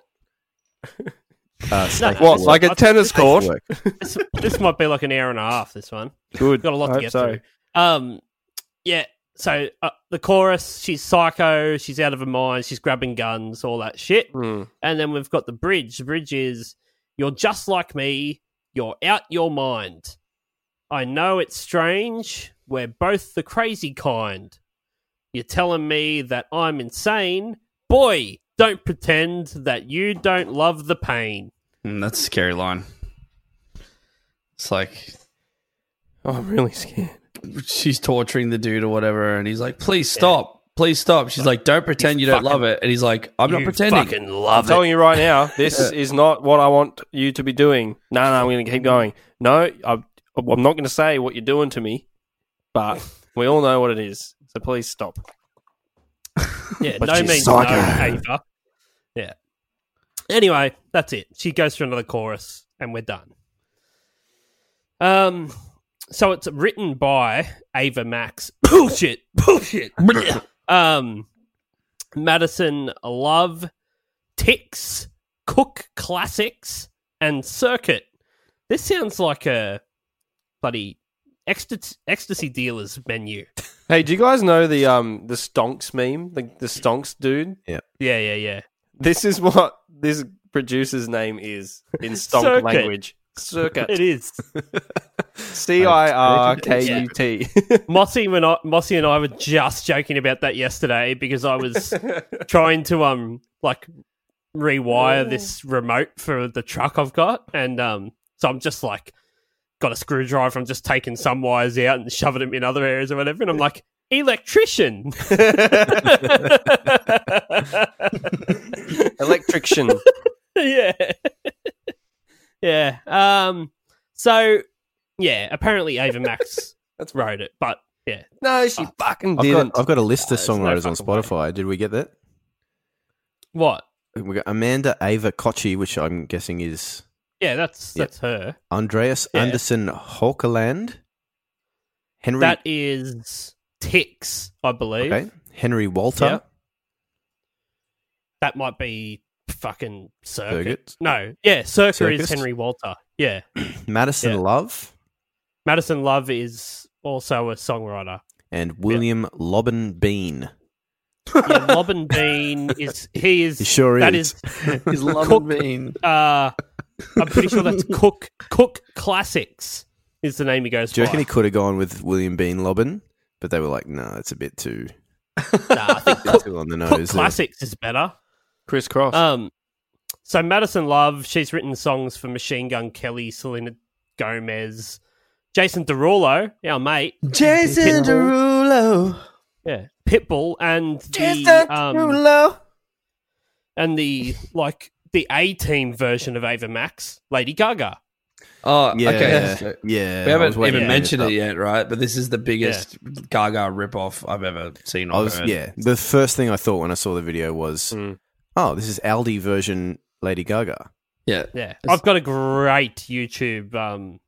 Uh, safe
What,
for
like a
I-
tennis
work.
court?
Work.
This, this might be like an hour and a half, this one.
Good.
Got a lot to
I hope
get
so.
through. Um, yeah. So uh, the chorus, she's psycho, she's out of her mind, she's grabbing guns, all that shit.
Mm.
And then we've got the bridge. The bridge is you're just like me, you're out your mind. I know it's strange, we're both the crazy kind. You're telling me that I'm insane. Boy, don't pretend that you don't love the pain.
Mm, that's a scary line. It's like
Oh, I'm really scared.
she's torturing the dude or whatever, and he's like, "Please stop, please stop." She's like, "Don't pretend you, don't love it," and he's like, "I'm not
You
pretending."
fucking
I'm
love it.
telling you right *laughs* now, this is not what I want you to be doing. No, no, I'm going to keep going. No, I'm, I'm not going to say what you're doing to me, but we all know what it is. So please stop.
Yeah, no means no, Ava. Yeah. Anyway, that's it. She goes through another chorus, and we're done. Um, so it's written by Ava Max. *coughs* Bullshit, bullshit. *coughs* um, Madison Love, Ticks, Cook Classics, and Circuit. This sounds like a bloody ecstasy, ecstasy dealer's menu.
Hey, do you guys know the um the stonks meme? The the stonks dude.
Yeah, yeah, yeah.
This is what this producer's name is in stonk
Circuit.
language.
It
Circuit.
is.
C I R K U T.
Mossy and I, Mossy and I were just joking about that yesterday because I was trying to um like rewire this remote for the truck I've got, and um so I'm just like got a screwdriver. I'm just taking some wires out and shoving them in other areas or whatever, and I'm like electrician.
*laughs*
*laughs*
Electrician.
yeah. yeah. Um so yeah, apparently Ava Max
That's
wrote it, but yeah.
No,
Ah.
she fucking
I've
didn't.
got I've got a list of
there's no
songwriters on
fucking way.
Spotify. Did we get that?
What?
We got Amanda Ava Kochi, which I'm guessing is
Yeah, that's
Yeah.
that's her.
Andreas
Yeah.
Anderson Holkeland, Henry
That is Tix, I believe.
okay, Henry Walter.
Yeah. That might be fucking Circuit.
Birgit.
No, yeah, Circuit is
Circus?
Henry Walter. Yeah,
Madison
Yeah.
Love
Madison Love is also a songwriter.
and William Lobin Bean. *laughs*
Yeah, Lobin Bean is he is
He sure
that
is.
*laughs* He's loving
Cook.
being
uh, I'm pretty sure that's Cook Cook Classics is the name he goes
Do you reckon
by.
he could have gone with William Bean Lobin? But they were like, no, nah, it's a bit too,
*laughs* Nah, I think Cook,
*laughs* too on the
Cook
nose. there.
Classics is better.
Chris Cross.
Um, so Madison Love, she's written songs for Machine Gun Kelly, Selena Gomez, Jason Derulo, our mate,
Jason Derulo.
yeah, Pitbull, and the um, and the like the A Team version of Ava Max, Lady Gaga.
Oh,
Yeah,
okay.
yeah.
we
I was
haven't even
waiting for you to
mentioned it
stop.
yet, right? But this is the biggest Gaga ripoff I've ever seen.
I
On
was, yeah. The first thing I thought when I saw the video was,
Mm.
oh, this is Aldi version Lady Gaga.
yeah.
Yeah, I've got a great YouTube um,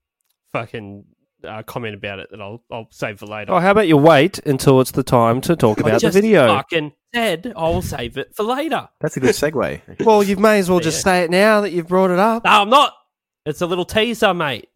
fucking uh, comment about it that I'll I'll save for later.
Oh, how about you wait until it's the time to talk
I
about the
just
video?
fucking said I'll save it for later.
That's
*laughs*
a good segue.
Well, you may as well just say it now that you've brought it up.
No, I'm not. It's a little teaser,
*laughs*
mate.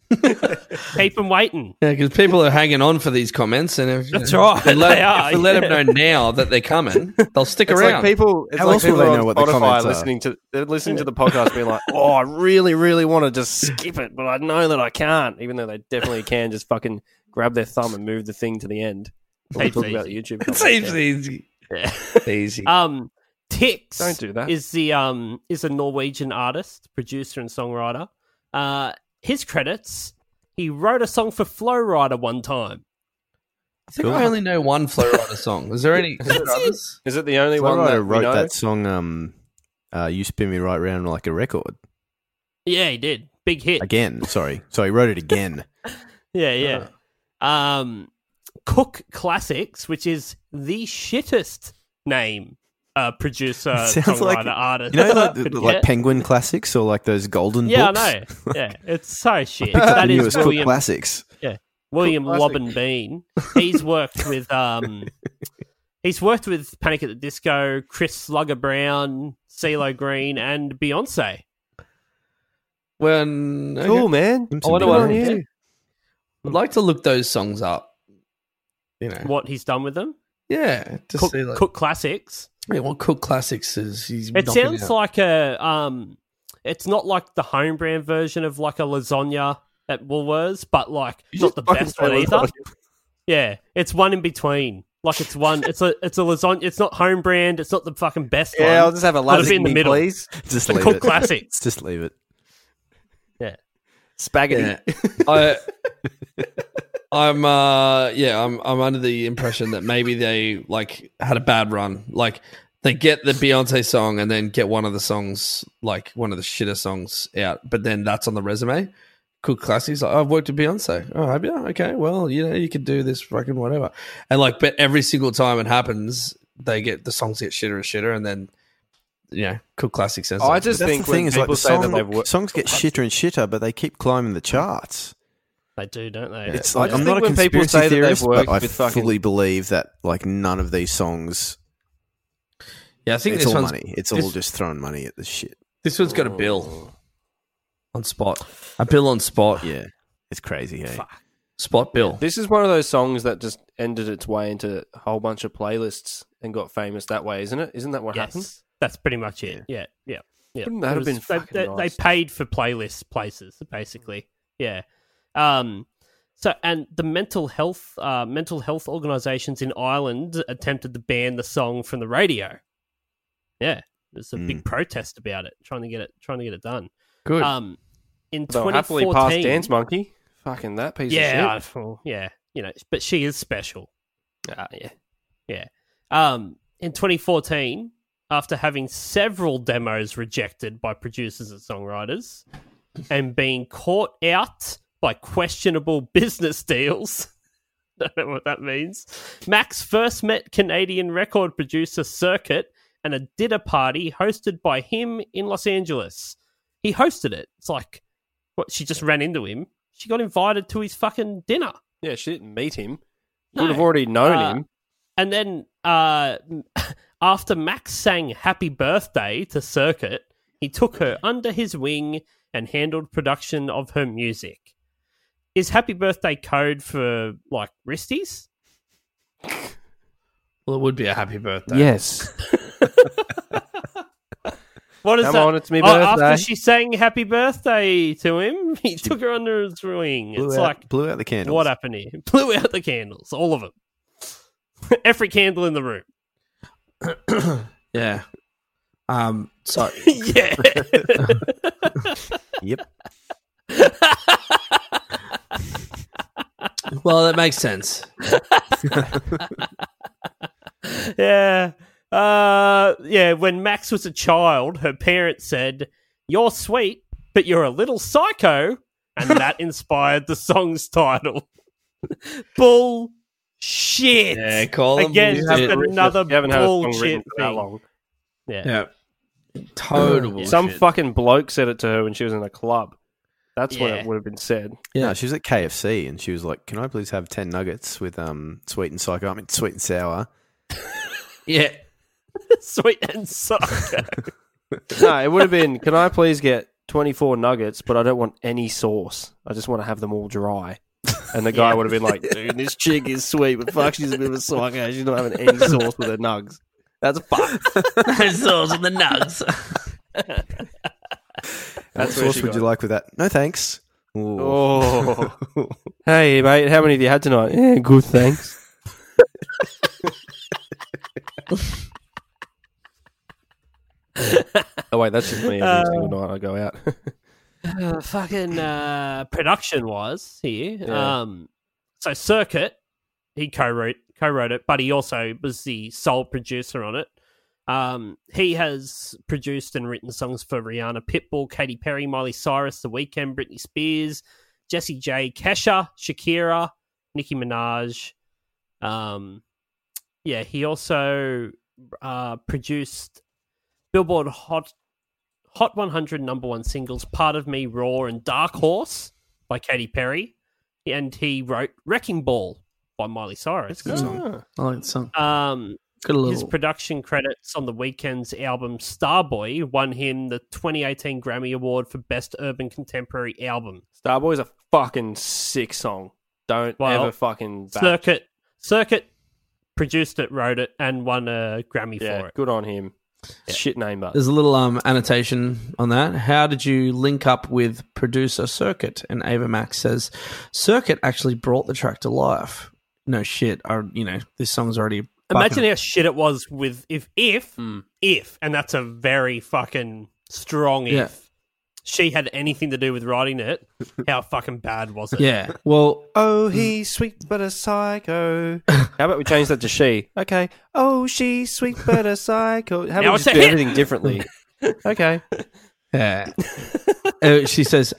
Keep them waiting.
Yeah, because people are hanging on for these comments, and if,
That's right,
and let,
they are,
if we let
yeah.
them know now that they're coming, they'll stick
It's
around.
like people. It's
How
like
else will
people
they
on
know what the
Spotify
comments are?
listening to they're listening to the podcast,
*laughs*
being like, "Oh, I really, really want to just skip it, but I know that I can't." Even though they definitely can, just fucking grab their thumb and move the thing to the end. We'll
Heaps
talk about the
easy.
YouTube.
*laughs* It's
comments, yeah.
easy.
*laughs*
easy.
Um, Tix
Don't do that.
is the um is a Norwegian artist, producer, and songwriter. Uh, his credits: he wrote a song for Flow Rider one time.
I think I only know one Flow Rider song. Is there any? Is there others?
Is it the only one
Flowrider
that we
wrote
know?
that song, um, uh, You Spin Me Right Round Like a Record.
Yeah, he did. Big hit.
Again, sorry. So he wrote it again.
Yeah, yeah. Um, Cook Classics, which is the shittest name uh, producer,
*laughs* Sounds
songwriter,
like
artist.
you know,
*laughs*
like, the-
Could
like
get.
Penguin Classics or like those Golden
Yeah,
books.
I know. Yeah, it's
*laughs*
so shit.
Picked up
that
the
is
newest Cook
William
Classics.
Yeah. William
classic.
Lobin Bean. He's
*laughs*
worked with um he's worked with Panic at the Disco, Chris Slugger Brown, CeeLo Green, and Beyonce.
When okay.
Cool, man.
Him
I
some
wonder
big
what
names.
I'd like to look those songs up. You know,
What he's done with them.
yeah, to
Cook,
see like
Cook classics.
yeah, what Cook classics is. He's
It
knocking
sounds
out.
like a um it's not like the home brand version of like a lasagna at Woolworths, but like not the
fucking
best one
say
either. Yeah. It's one in between. Like it's one it's a it's a lasagna it's not home brand, it's not the fucking best one.
Yeah, I'll just have a
Let it be in the
lasagna,
middle.
please.
Just
The
leave
Cook
it.
classics.
Just leave it.
Spaghetti.
*laughs* Yeah. I I'm uh yeah, I'm I'm under the impression that maybe they like had a bad run. Like they get the Beyonce song and then get one of the songs like one of the shitter songs out, but then that's on the resume. Cool classics. Like, "Oh, I've worked with Beyonce. Oh, have you? Okay, well, you know, you could do this fucking whatever. And like, but every single time it happens, they get the songs get shitter and shitter, and then you know, cool classics. says
I
like,
just
That's
think
the thing
when
is like
people
the
say that
song,
they've worked.
songs get shitter and shitter, but they keep climbing the charts.
They do, don't they?
It's like
just
I'm not a
think when people
conspiracy
say that they've
theorist, but
worked
I
with fucking-
fully believe that like none of these songs.
yeah, I think
It's
this
all
one's
money. It's
this-
all just throwing money at the shit.
This one's got a bill Oh. on spot. A bill on spot.
Yeah, it's crazy. Hey,
Spot bill.
This is one of those songs that just ended its way into a whole bunch of playlists and got famous that way, isn't it? Isn't that what happened?
Yes, that's pretty much it. Yeah, yeah, yeah.
Wouldn't that
It
have been
they,
fucking
they,
nice?
they paid for playlist places basically. Yeah. Um. So and the mental health uh, mental health organisations in Ireland attempted to ban the song from the radio. Yeah, there's a
Hmm.
big protest about it, trying to get it trying to get it done.
Good.
Um. In
They'll happily pass
2014,
Dance Monkey. Fucking that piece
yeah,
of shit.
I- well, yeah, you know, but she is special.
Ah, yeah.
Yeah. Um, in 2014, after having several demos rejected by producers and songwriters and being caught out by questionable *laughs* business deals, *laughs* don't know what that means, Max first met Canadian record producer Circuit and a dinner party hosted by him in Los Angeles. He hosted it. It's like, what? She just ran into him. She got invited to his fucking dinner.
Yeah, she didn't meet him.
No.
Would have already known
Uh,
him.
And then uh, *laughs* after Max sang Happy Birthday to Circuit, he took her under his wing and handled production of her music. Is Happy Birthday code for like wristies?
well, it would be a happy birthday.
Yes.
What is
Come
that?
on, it's me
Oh, after
birthday.
she sang Happy Birthday to him, *laughs* he took her under his wing.
blew
it's
out,
like
blew out the candles.
what happened here? *laughs* Blew out the candles, all of them. *laughs* Every candle in the
*laughs*
room.
Yeah. Um so
yeah.
*laughs*
Yep.
*laughs* well that makes sense.
yeah. Uh, yeah. When Max was a child, her parents said, You're sweet, but you're a little psycho.
*laughs*
And that inspired the song's title. *laughs* Bull shit.
Yeah, call them
Again,
bullshit.
just another
You haven't had a song
bullshit
written for that
thing.
long.
Yeah.
Yeah. Oh, Total bullshit.
Some fucking bloke said it to her when she was in a club. That's what
Yeah.
it would have been said.
No, she was at KFC and she was like, "Can I please have ten nuggets with um sweet and psycho? I mean sweet and sour."
Yeah.
*laughs* Sweet and psycho.
*laughs* no, it would have been. Can I please get twenty four nuggets, but I don't want any sauce. I just want to have them all dry. And the guy would have been *laughs* like, "Dude, this chick is sweet, but fuck, she's a bit of a psycho. She's not having any sauce with her nugs. That's fucked."
*laughs* Sauce and the nugs.
*laughs* That's
what
where
sauce
she
would
got
you
it.
like with that? No thanks. Ooh.
Oh, *laughs* hey mate, how many have you had tonight? Eh, good, thanks. *laughs* oh wait, that's just me every single night I go *laughs* out.
uh, fucking uh, production wise here.
Yeah.
Um, so Circuit, he co-wrote co-wrote it, but he also was the sole producer on it. Um, he has produced and written songs for Rihanna, Pitbull, Katy Perry, Miley Cyrus, The Weeknd, Britney Spears, Jesse J, Kesha, Shakira, Nicki Minaj. Um, yeah, he also uh, produced Billboard Hot Hot 100 number one singles "Part of Me," "Raw," and "Dark Horse" by Katy Perry, and he wrote "Wrecking Ball" by Miley Cyrus.
I like the song.
Um,
Got a
his
little.
production credits on the weekend's album Starboy won him the 2018 Grammy Award for Best Urban Contemporary Album.
*gasps* Starboy's a fucking sick song. Don't
Well,
ever fucking bash.
Circuit Circuit produced it, wrote it, and won a Grammy
Yeah,
for it.
good on him. Shit name, but
There's a little um, annotation on that. How did you link up with producer Circuit? And Ava Max says, Circuit actually brought the track to life. No shit. I, you know, this song's already.
Imagine how shit it was with if if if, and that's a very fucking strong if.
Yeah.
She had anything to do with writing
*laughs*
it. How fucking bad was it?
Yeah. Well,
Oh, he's sweet but a psycho. How about we change that to she? Okay. Oh, she's sweet but a psycho.
Now
How about we
it's
just
a
do
hit.
everything differently? *laughs* okay.
Yeah. Uh, she says,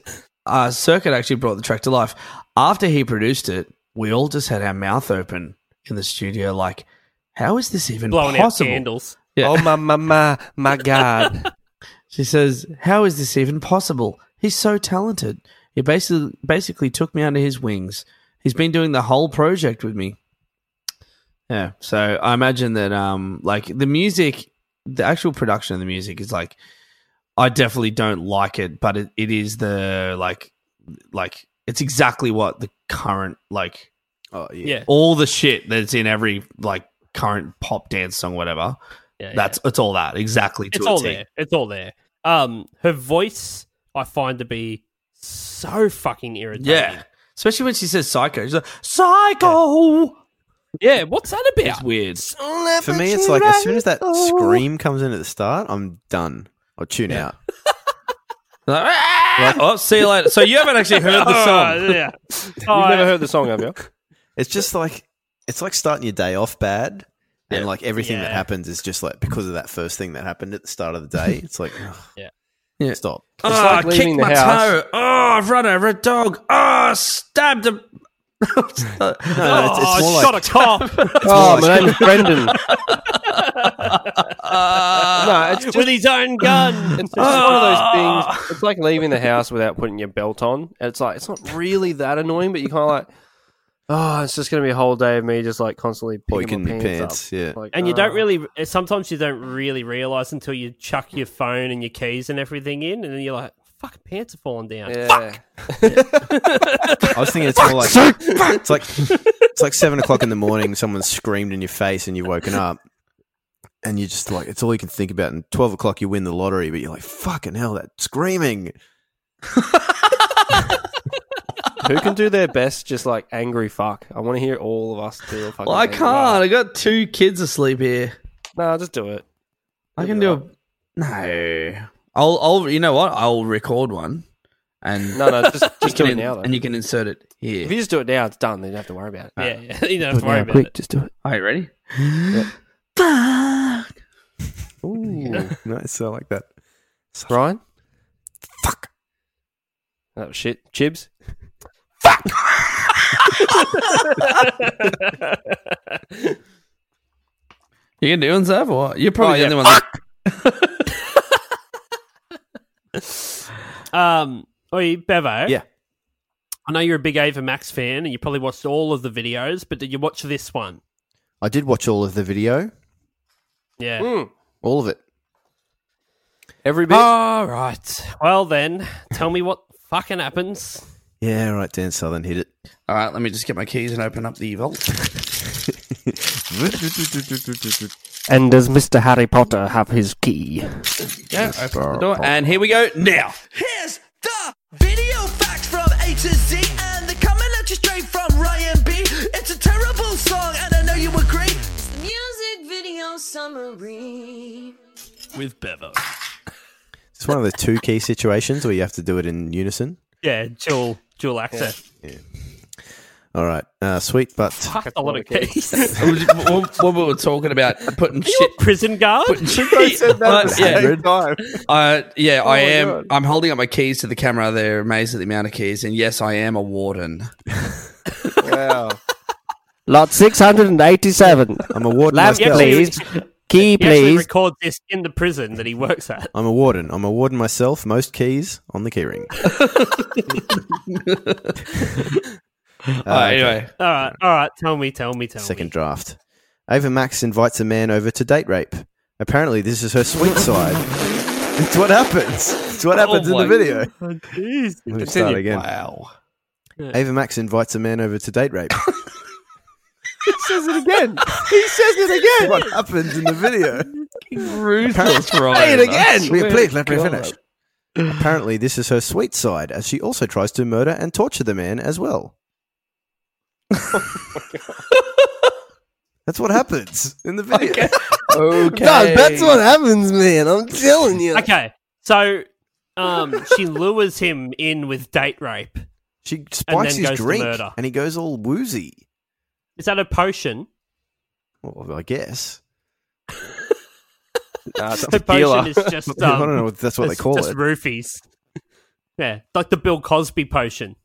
uh, Circuit actually brought the track to life. After he produced it, we all just had our mouth open in the studio, like, how is this even
Blowing
possible?
out candles.
Yeah.
Oh my my my
*laughs*
my god.
She says, how is this even possible? He's so talented. He basically basically took me under his wings. He's been doing the whole project with me. Yeah. So I imagine that, um, like the music, the actual production of the music is like, I definitely don't like it, but it, it is the like, like it's exactly what the current like
Oh yeah.
Yeah.
all the shit that's in every like current pop dance song, whatever.
Yeah,
That's it's all that exactly. To
it's
a
all
T.
there. It's all there. Um, her voice I find to be so fucking irritating.
Yeah. Especially when she says psycho. She's like, psycho!
yeah. What's that about?
It's weird.
For me, it's like as soon as that scream comes in at the start, I'm done. I'll tune out.
Like, "Ah!" oh, see you later. So you haven't actually *laughs* heard the
Oh,
song.
yeah.
You've
Oh,
never heard the song, have you?
It's just like it's like starting your day off bad, and like everything that
Yeah.
happens is just like because of that first thing that happened at the start of the *laughs* day. It's like,
Yeah.
yeah, stop.
Oh,
like
I
leaving
kicked
the
my
house.
toe. Oh, I've run over a dog. Oh, I stabbed him.
No, it's, it's more
I
like
oh, shot
*laughs*
a cop
Oh, my name's *laughs* Brendan. no, it's just
with his
*laughs*
own gun.
It's just one of
Ah.
those things. It's like leaving the house without putting your belt on. And it's like it's not really that annoying, but you kind of like, oh, it's just going to be a whole day of me just like constantly
boykin
picking my
your pants.
pants, up.
Yeah,
Like,
And you
oh.
don't really. eh, Sometimes you don't really realize until you chuck your phone and your keys and everything in, and then you're like, "Fucking pants are falling down."
Yeah.
*laughs* I was thinking it's *laughs* more like it's like it's like seven o'clock in the morning. Someone screamed in your face, and you've woken up, and you're just like, it's all you can think about. And twelve o'clock, you win the lottery, but you're like, fucking hell, that screaming.
Who can do their best? Just like angry fuck. I want to hear all of us do. a Fucking
Well, I
angry
can't. I got two kids asleep here.
fuck. No, just do it.
I can do a. No. I'll, I'll, you know what? I'll record one. And
No,
*laughs*
no, just *laughs* just do
you
it
can-
now. Though.
And you can insert it here.
if you just do it now, it's done. Then you don't have to worry about it.
*laughs* yeah. *laughs* yeah. you don't have to worry about it.
*laughs*
just do it.
All right, ready?
Ooh, nice. I like that.
Brian, fuck. That was shit. Chibs.
You can do one, Zav, or what? You're probably
Oh,
the
yeah.
only one. *coughs* that-
Um, oi, Bevo.
Yeah.
I know you're a big Ava Max fan, and you probably watched all of the videos, but did you watch this one?
I did watch all of the video,
Yeah.
all of it.
Every bit.
All right. Well, then, tell me what fucking happens.
Yeah, right. Dan Southern hit it.
All right, let me just get my keys and open up the vault.
And does Mr. Harry Potter have his key?
Yeah, open the door. And here we go now.
Here's the video facts from A to Z, and they're coming at you straight from Ryan B. It's a terrible song, and I know you agree.
Music video summary.
It's one of the two key situations where you have to do it in unison.
Yeah, dual dual access.
All right, uh, sweet, but
Fuck a lot of keys. *laughs*
what, what we were talking about, putting
You
shit.
a prison guard?
Putting shit. *laughs* Uh, *laughs* yeah, uh, yeah I am. I'm holding up my keys to the camera. They're amazed at the amount of keys. And yes, I am a warden. *laughs*
Lot 687.
I'm a warden
Lamp, *laughs*
myself.
Um, please.
Key,
He actually
please.
records this in the prison that he works at.
I'm a warden. I'm a warden myself. Most keys on
*laughs*
the keyring. Uh, okay.
anyway,
All right, all right. Tell me, tell me, tell
Second
me.
draft. Ava Max invites a man over to date rape. Apparently, this is her
*laughs*
sweet side. it's what happens. It's what happens in the
*laughs*
video.
Oh, jeez.
Let me start again. Wow. Ava Max invites a man over to date
*laughs*
rape.
says it again. He says it again.
what happens in the video?
Ruthless Ryan.
Say it again.
I swear
Please
to
let me
God.
finish. Oh Apparently, this is her sweet side, as she also tries to murder and torture the man as well. that's what happens in the video. *laughs*
Okay.
what happens, man. I'm telling you.
Okay, so um, she lures him in with date rape.
She spikes
then
his
goes to
drink,
murder.
and he goes all woozy.
Is that a potion?
Well, I guess.
The potion is just um,
*laughs* I don't know. if That's what they
it's
call
just
it.
roofies. *laughs* Yeah, like the Bill Cosby potion.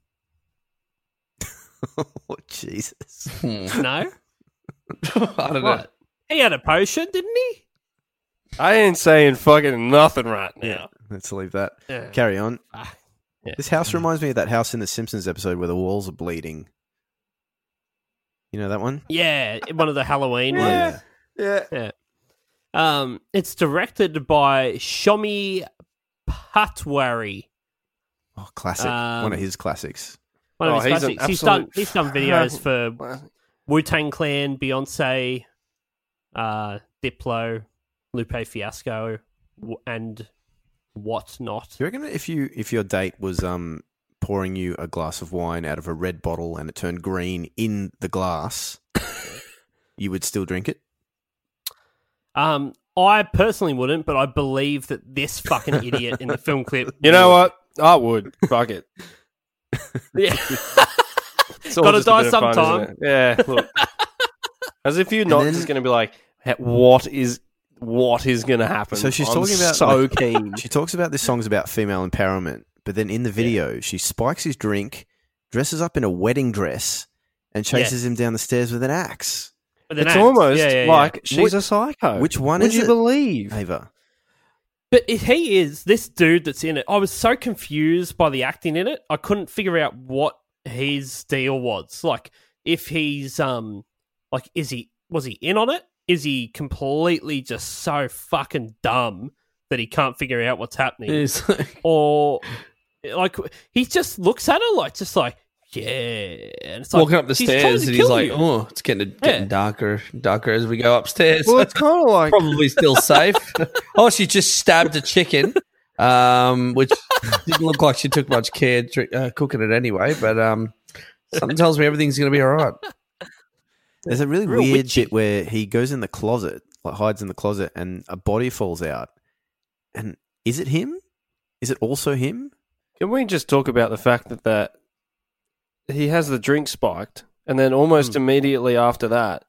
*laughs* oh, Jesus. *laughs*
No,
I don't know.
what? He had a potion, didn't he?
I ain't saying fucking nothing right now.
Let's leave that.
Yeah.
Carry on.
Ah, yeah.
This house reminds me of that house in the Simpsons episode where the walls are bleeding. You know that one?
Yeah, one of the Halloween ones.
Yeah.
Um, it's directed by Shomi Patwari.
Oh, classic. one of
Um,
his classics.
One
Oh,
of his
he's an
classics. He's
absolute
done he's done
*laughs*
videos for Wu Tang Clan, Beyonce, uh, Diplo, Lupe Fiasco, w- and whatnot.
Do you reckon if you if your date was um pouring you a glass of wine out of a red bottle and it turned green in the *laughs* glass, you would still drink it?
Um, I personally wouldn't, but I believe that this fucking idiot in the film clip.
*laughs* You
*laughs*
know what? I would. Fuck it.
Yeah.
It's all
Gotta
just a
die
bit of fun,
sometime.
isn't it? yeah.
*laughs*
Look. As if you're not
then-
just going to be like, "Hey, what is what is going to happen?
So she's
I'm
talking about,
so
like-
keen.
She talks about this song's about female empowerment, but then in the video, she spikes his drink, dresses up in a wedding dress, and chases him down the stairs with an axe.
With an
It's
axe.
almost
Yeah, yeah, yeah.
like she's
Which-
a psycho.
Which one
Oh, Would
is
you
it?
believe?
Ava.
But if he is this dude that's in it, I was so confused by the acting in it. I couldn't figure out what his deal was. Like, if he's um, like, is he was he in on it? Is he completely just so fucking dumb that he can't figure out what's happening?
It's like,
Or like he just looks at her like just like yeah, and it's like
walking up the
she's trying
stairs
to
and he's
kill
like,
you.
"Oh, it's getting getting
Yeah.
darker, darker as we go upstairs." *laughs*
Well,
*laughs*
it's kind of like
Probably still safe. oh, she just stabbed a chicken, um, which didn't look like she took much care dri- uh, cooking it anyway. But um, something tells me everything's going to be all right.
There's a really
Real
weird
witchy.
bit where he goes in the closet, like hides in the closet, and a body falls out. And is it him? Is it also him?
Can we just talk about the fact that that he has the drink spiked, and then almost
Hmm.
immediately after that,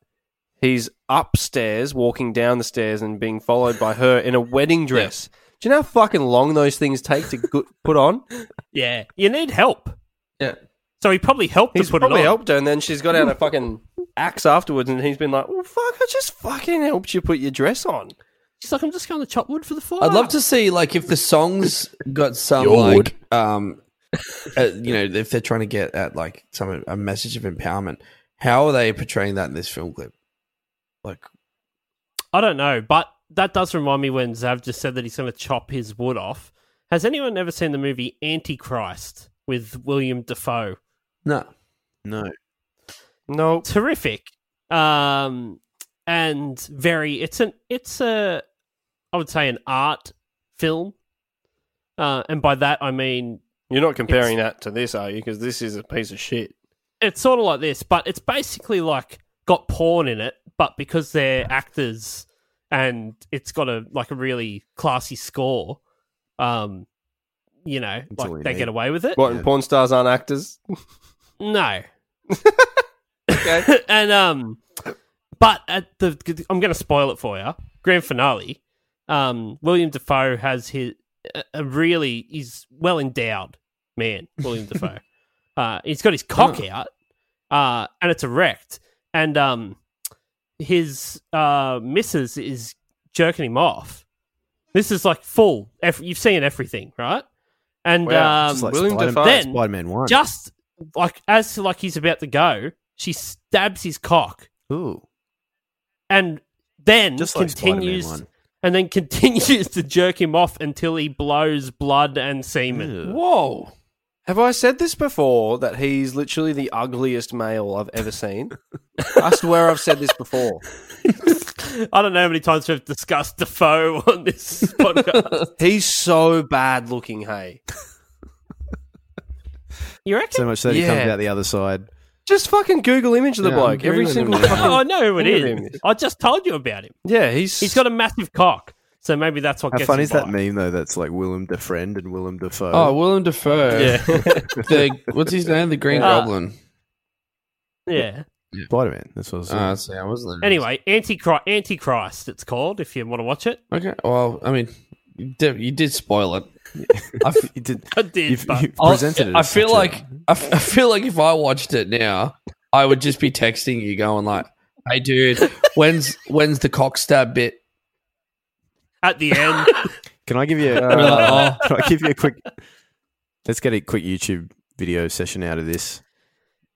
he's upstairs, walking down the stairs, and being followed by her in a wedding dress. Do you know how fucking long those things take to go- put on?
yeah, you need help.
Yeah.
So he probably helped
He's
to put
probably
it on.
helped her, and then she's got out a fucking axe afterwards, and he's been like, "Well, fuck, I just fucking helped you put your dress on."
She's like, I'm just going to chop wood for the fire.
I'd love to see like if the songs got some like um, uh, you know, if they're trying to get at like some a message of empowerment. How are they portraying that in this film clip? Like,
I don't know, but that does remind me when Zav just said that he's going to chop his wood off. Has anyone ever seen the movie Antichrist with William Defoe?
no,
No.
No,
Terrific, um, and very. It's an it's a I would say an art film, uh, and by that I mean
you're not comparing that to this, are you? Because this is a piece of shit.
it's sort of like this, but it's basically like got porn in it, but because they're actors and it's got a like a really classy score, um, you know,
all
like
you
they
need.
get away with it.
What? And porn stars aren't actors.
No,
Okay.
*laughs* and um, but at the I'm going to spoil it for you. Grand finale. Um, William Defoe has his a, a really he's well endowed man. William
*laughs*
Defoe. Uh, he's got his cock
Oh.
out, uh, and it's erect. And um, his uh, missus is jerking him off. This is like full. ev- You've seen everything, right? And
Wow,
um,
just like Mm, William
Spider-
Dafoe.
then
Spider-Man One.
just like as to, like he's about to go, she stabs his cock
Ooh,
and then
just like
continues
Spider-Man
and then continues to jerk him off until he blows blood and semen.
One. Ugh.
Whoa.
*laughs* Have I said this before that he's literally the ugliest male I've
*laughs*
ever seen? I swear I've said this before.
*laughs* I don't know how many times we've discussed Defoe on this *laughs* podcast.
He's so bad looking, hey.
you reckon?
So much so that he comes
Yeah.
out the other side.
Just fucking Google image of the
Yeah,
bloke.
I'm
Every
Googling
single
him now.
oh, I
*laughs*
fucking.
know who it
Look at
is.
him.
I just told you about him.
Yeah, he's.
He's got a massive cock, so maybe that's what
How
gets
funny
him
is that
by.
meme though? That's like Willem Defriend and Willem Defoe.
Oh, Willem *laughs* Dafoe.
Yeah,
*laughs*
The, what's his name? The Green
Uh,
*laughs* Goblin.
yeah.
Spider-Man. That's what I was.
Oh, see, I was literally-
Anyway, Antichrist, Antichrist, it's called. If you want to watch it,
Okay. Well, I mean, you did, you did spoil it. I f-
you did.
I did.
You've,
but
you've
I'll-
presented it.
I
as
feel
such a-
like I, f- I feel like if I watched it now, I would just be texting you, going like, "Hey, *laughs* dude, when's when's the cock stab bit?"
at the end,
Can I give you? A, uh,
I'd be like, oh,
can I give you a quick? Let's get a quick YouTube video session out of this.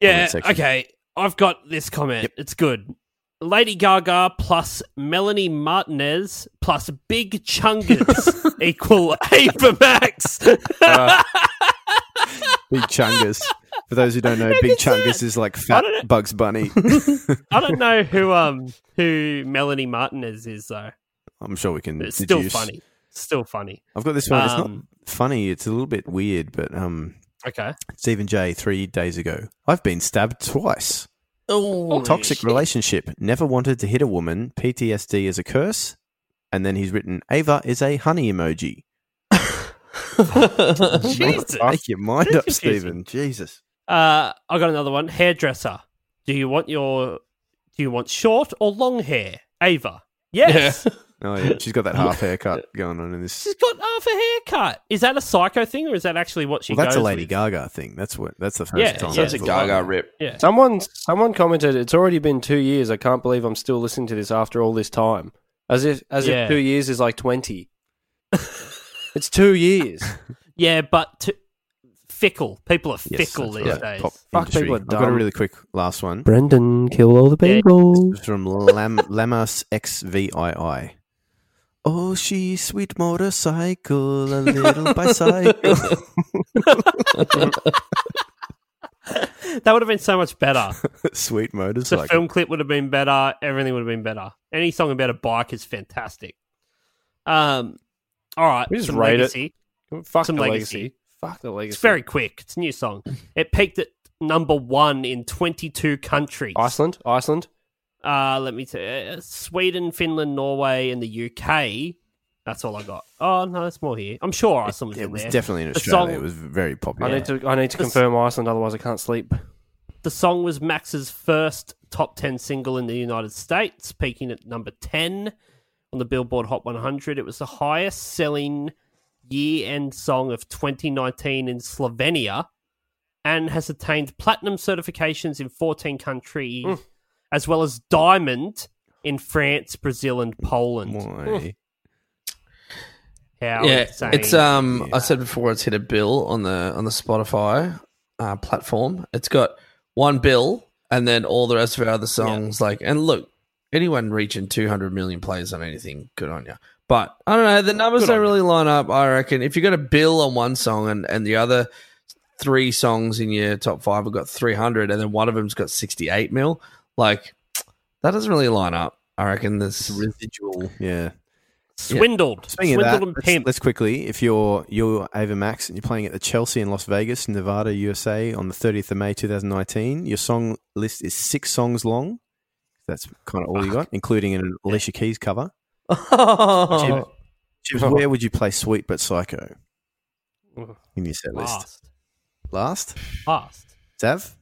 yeah.
Comment section.
Okay, I've got this comment. It's good. Lady Gaga plus Melanie Martinez plus Big
*laughs*
Chungus equal A for Max.
Big Chungus. For those who don't know, Big Chungus is like fat
don't know.
Bugs Bunny.
I don't know who um who Melanie Martinez is though.
I'm sure we can.
It's still
deduce.
funny. Still funny.
I've got this one. it's
Um,
not funny. It's a little bit weird, but um,
Okay.
Stephen J. Three days ago, I've been stabbed twice.
Oh,
Toxic relationship. Never wanted to hit a woman. PTSD is a curse. And then he's written, Ava is a
*laughs*
honey emoji.
Jesus.
Make your mind up,
That's
Stephen. Jesus.
Uh, I got another one. Hairdresser. Do you want your do you want short or long hair? Ava. Yes.
Oh yeah, she's
*laughs*
got that half haircut going on in this.
She's got half a haircut. Is that a psycho thing or is that actually what she
Well, that's a
goes
Lady
with?
Gaga thing. That's what. That's the first
Yeah,
time.
yeah.
I've
that's a
thought
Gaga
about it.
rip.
Yeah.
Someone, someone commented, it's already been two years. I can't believe I'm still listening to this after all this time. As if, as
Yeah.
if two years is like 20. *laughs* it's two
*laughs*
years.
Yeah, but to, fickle. People are
Yes,
fickle
that's
these
right.
days.
Pop
Fuck,
industry.
people are
I've got a
dumb.
really quick last one.
Brendan, kill all the people.
It's from Lam- Lamas XVII. Oh, she's sweet motorcycle, a little bicycle.
*laughs* That would have been so much
*laughs*
better.
sweet
the
motorcycle.
film clip would have been better. Everything would have been better. Any song about a bike is fantastic. Um, all right,
We just
some
rate it.
legacy.
Fuck
Some
the
legacy.
legacy. Fuck the legacy.
It's very quick. It's a new song. It peaked at number one in 22 countries.
Iceland, Iceland.
Uh, let me tell you, Sweden, Finland, Norway, and the UK. That's all I got. Oh, no, there's more here. I'm sure Iceland was
It
in
was
there.
definitely in
The
Australia.
song-
It was very popular.
I need to I need to confirm Iceland, otherwise I can't sleep.
The song was Max's first top 10 single in the United States, peaking at number 10 on the Billboard Hot 100. It was the highest selling year end song of 2019 in Slovenia and has attained platinum certifications in 14 countries,
Mm.
as well as diamond in France, Brazil, and Poland.
Why?
How
Yeah,
insane.
it's um. I said before, it's hit a bill on the on the Spotify uh, platform. It's got one bill, and then all the rest of our other songs. Like, and look, anyone reaching two hundred million plays on anything, good on you. But I don't know, the numbers don't really line up. I reckon if you got a bill on one song, and and the other three songs in your top five have got three hundred, and then one of them's got sixty eight mil, like that doesn't really line up. I reckon this.
Residual. Yeah.
swindled.
Speaking of
swindled
that,
and
let's,
pimped.
let's quickly, if you're you're Ava Max and you're playing at the Chelsea in Las Vegas, Nevada, USA, on the 30th of May 2019, your song list is six songs long. That's kind of all you got, including an Alicia Keys cover.
Oh.
Jim, Jim, where would you play Sweet but Psycho in your set list?
Last.
Last,
Last.
Zav,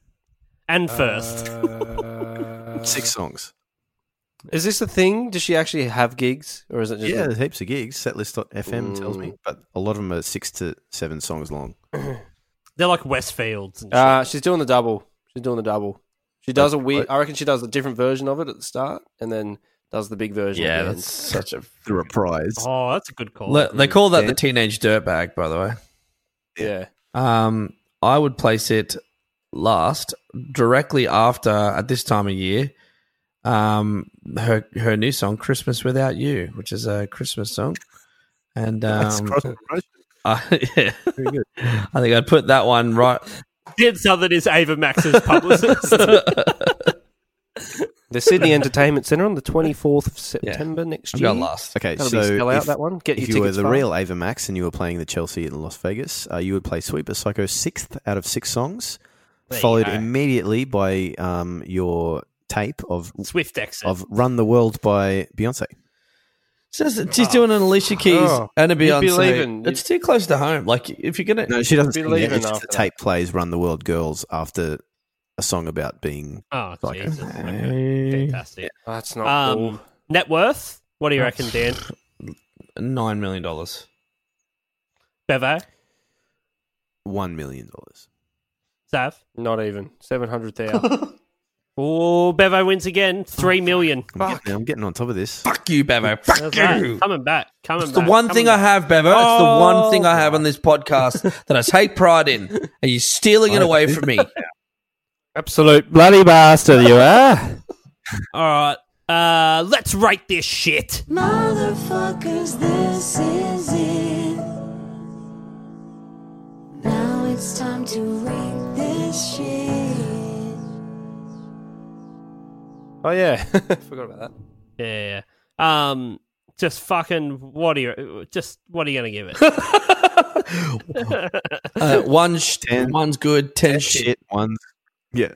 And first.
Uh,
Uh,
six songs.
Is this a thing? Does she actually have gigs, or is it just
Yeah, there's heaps of gigs. Setlist.fm tells me, but a lot of them are six to seven songs long.
*laughs* They're like Westfields and shit.
Uh, she's doing the double. She's doing the double. She does a weird. I reckon she does a different version of it at the start, and then does the big version.
Yeah,
at the end.
that's such a.
the reprise.
Oh, that's a good call.
Le- they call that the teenage dirtbag, by the way.
yeah.
Um, I would place it last, directly after at this time of year. Um, her her new song "Christmas Without You," which is a Christmas song, and
That's
um,
cross promotion.
*laughs* I, yeah,
Very good.
*laughs* I think I'd put that one right.
Did Southern is Ava Max's *laughs* publicist.
The Sydney Entertainment Centre on the 24th of September next
I'm
year.
going last.
Okay,
That'll
so
be spell out
if-
that one. Get your
if you were
tickets
the
fast.
real Ava Max and you were playing the Chelsea in Las Vegas, uh, you would play Sweeper Psycho sixth out of six songs, followed immediately by um, your tape of
Swift exit.
Oh,
of Run the World by Beyonce.
She's, she's doing an Alicia Keys and a
You'd be
Beyonce.
leaving.
It's too close to home. Like if you're gonna,
No, she doesn't.
Be
Sing it.
leaving
It's just
after
the tape plays Run the World Girls after a song about being.
oh,
Psycho.
Jesus. Okay. Fantastic.
That's Ah,
Oh.
not cool.
Um, net worth? What do you reckon, Dan?
nine million dollars.
Bevo?
One million dollars.
Sav?
Not even. 700,000.
Oh, Bevo wins again. Three million.
I'm getting, I'm getting on top of this.
Fuck you, Bevo. Fuck
That's right.
you.
Coming back. Coming
It's the
back.
one
coming
thing I
back.
have, Bevo. it's the
Oh,
one thing I have on this podcast *laughs* that I take pride in, and you're stealing it away from me.
Absolute bloody bastard you are.
All right. Uh, let's rate this shit.
Mm.
Motherfuckers, this is it. Now it's time to rate this shit.
Oh, yeah. *laughs* Forgot about that.
Yeah. Um, just fucking. What are you? Just what are you gonna give it?
*laughs* Uh, one sh-
Ten.
one's good, ten shit.
Shit, one. Yeah.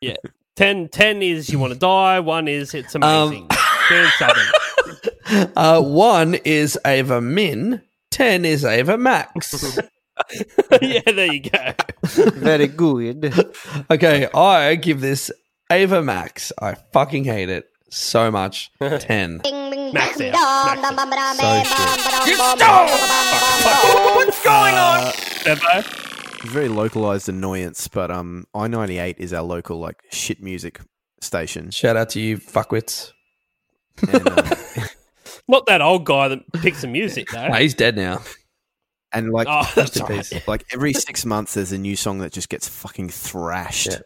yeah. Ten. Ten is you want to die. One is
Um, *laughs*
it's amazing. Dan Southern.
Uh, one is Ava Min. Ten is Ava Max.
*laughs* yeah. There you go.
Very good.
okay, I give this Ava Max. I fucking hate it so much. Ten.
Max out. Max out.
So shit.
Bevo.
*laughs* very localized annoyance, but um, I ninety eight is our local like shit music station.
Shout out to you, fuckwits.
And, uh,
Not that old guy that picks the music though.
Nah, he's dead now.
and like,
Oh,
Rest
that's
in
right.
peace.
like every six months, there's a new song that just gets fucking thrashed
Yeah.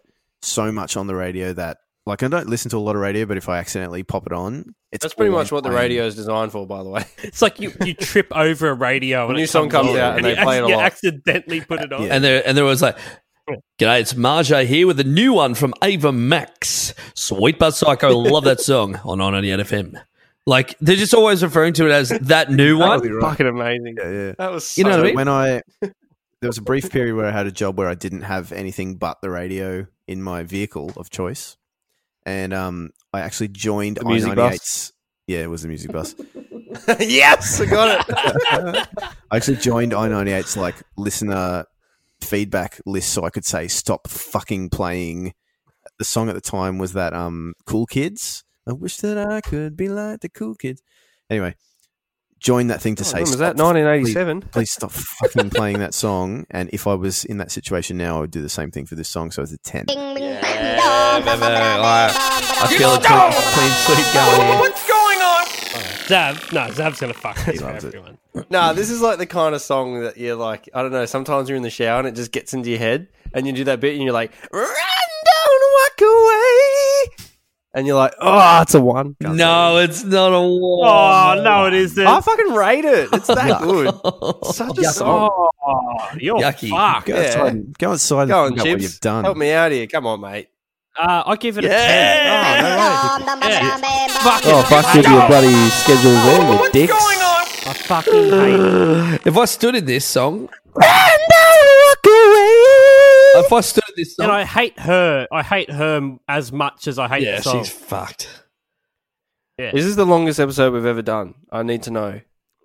so much on the radio that like I don't listen to a lot of radio, but if I accidentally pop it on, it's
That's pretty
always
much what the
playing.
radio is designed for, by the way. *laughs*
It's like you, you trip over a radio. and
new
it
song comes
on,
out and
you
they play it
ac-
a
you
lot.
accidentally put it on.
Yeah.
And there, and there was like, "G'day, it's Marja here with a new one from Ava Max, Sweet But Psycho." Love that song *laughs* on On Any FM. Like they're just always referring to it as that new one.
Fucking amazing.
Yeah, yeah.
That was
You know
such
what I mean?
a-
When I there was a brief period where I had a job where I didn't have anything but the radio in my vehicle of choice, and um, I actually joined
The music bus?
98's Yeah, it was the music bus.
*laughs* yes, I got it.
*laughs* I actually joined i98's like listener feedback list so I could say stop fucking playing. The song at the time was that um Cool Kids. I wish that I could be like the Cool Kids. Anyway, joined that thing to say
was
stop
that 1987?
please stop fucking playing that song. And if I was in that situation now, I would do the same thing for this song. So it's a 10.
I feel a clean, clean sweep going here.
Zav, no, Zav's gonna fuck this for
loves it.
everyone.
*laughs* Nah, this is like the kind of song that you're like, I don't know, sometimes you're in the shower and it just gets into your head and you do that bit and you're like, run down, walk away. And you're like, oh, it's a one.
No, it's not a war.
Oh no, it isn't. *laughs*
I fucking rate it. It's that good. *laughs* Such a song.
Oh, you're
Yucky.
fucked.
Go
Yeah.
outside. and- Go outside and
Go on,
think about what
Chips.
you've done.
Help me out here. Come on, mate.
Uh, I give it a
Yeah.
ten.
Oh,
Fuck it.
bloody schedule there, you dicks.
I fucking hate it.
*laughs* If I stood in this song, if I stood in this
And
song,
I hate her. I hate her as much as I hate
yeah,
the song.
she's fucked.
Is this the longest episode we've ever done? I need to know.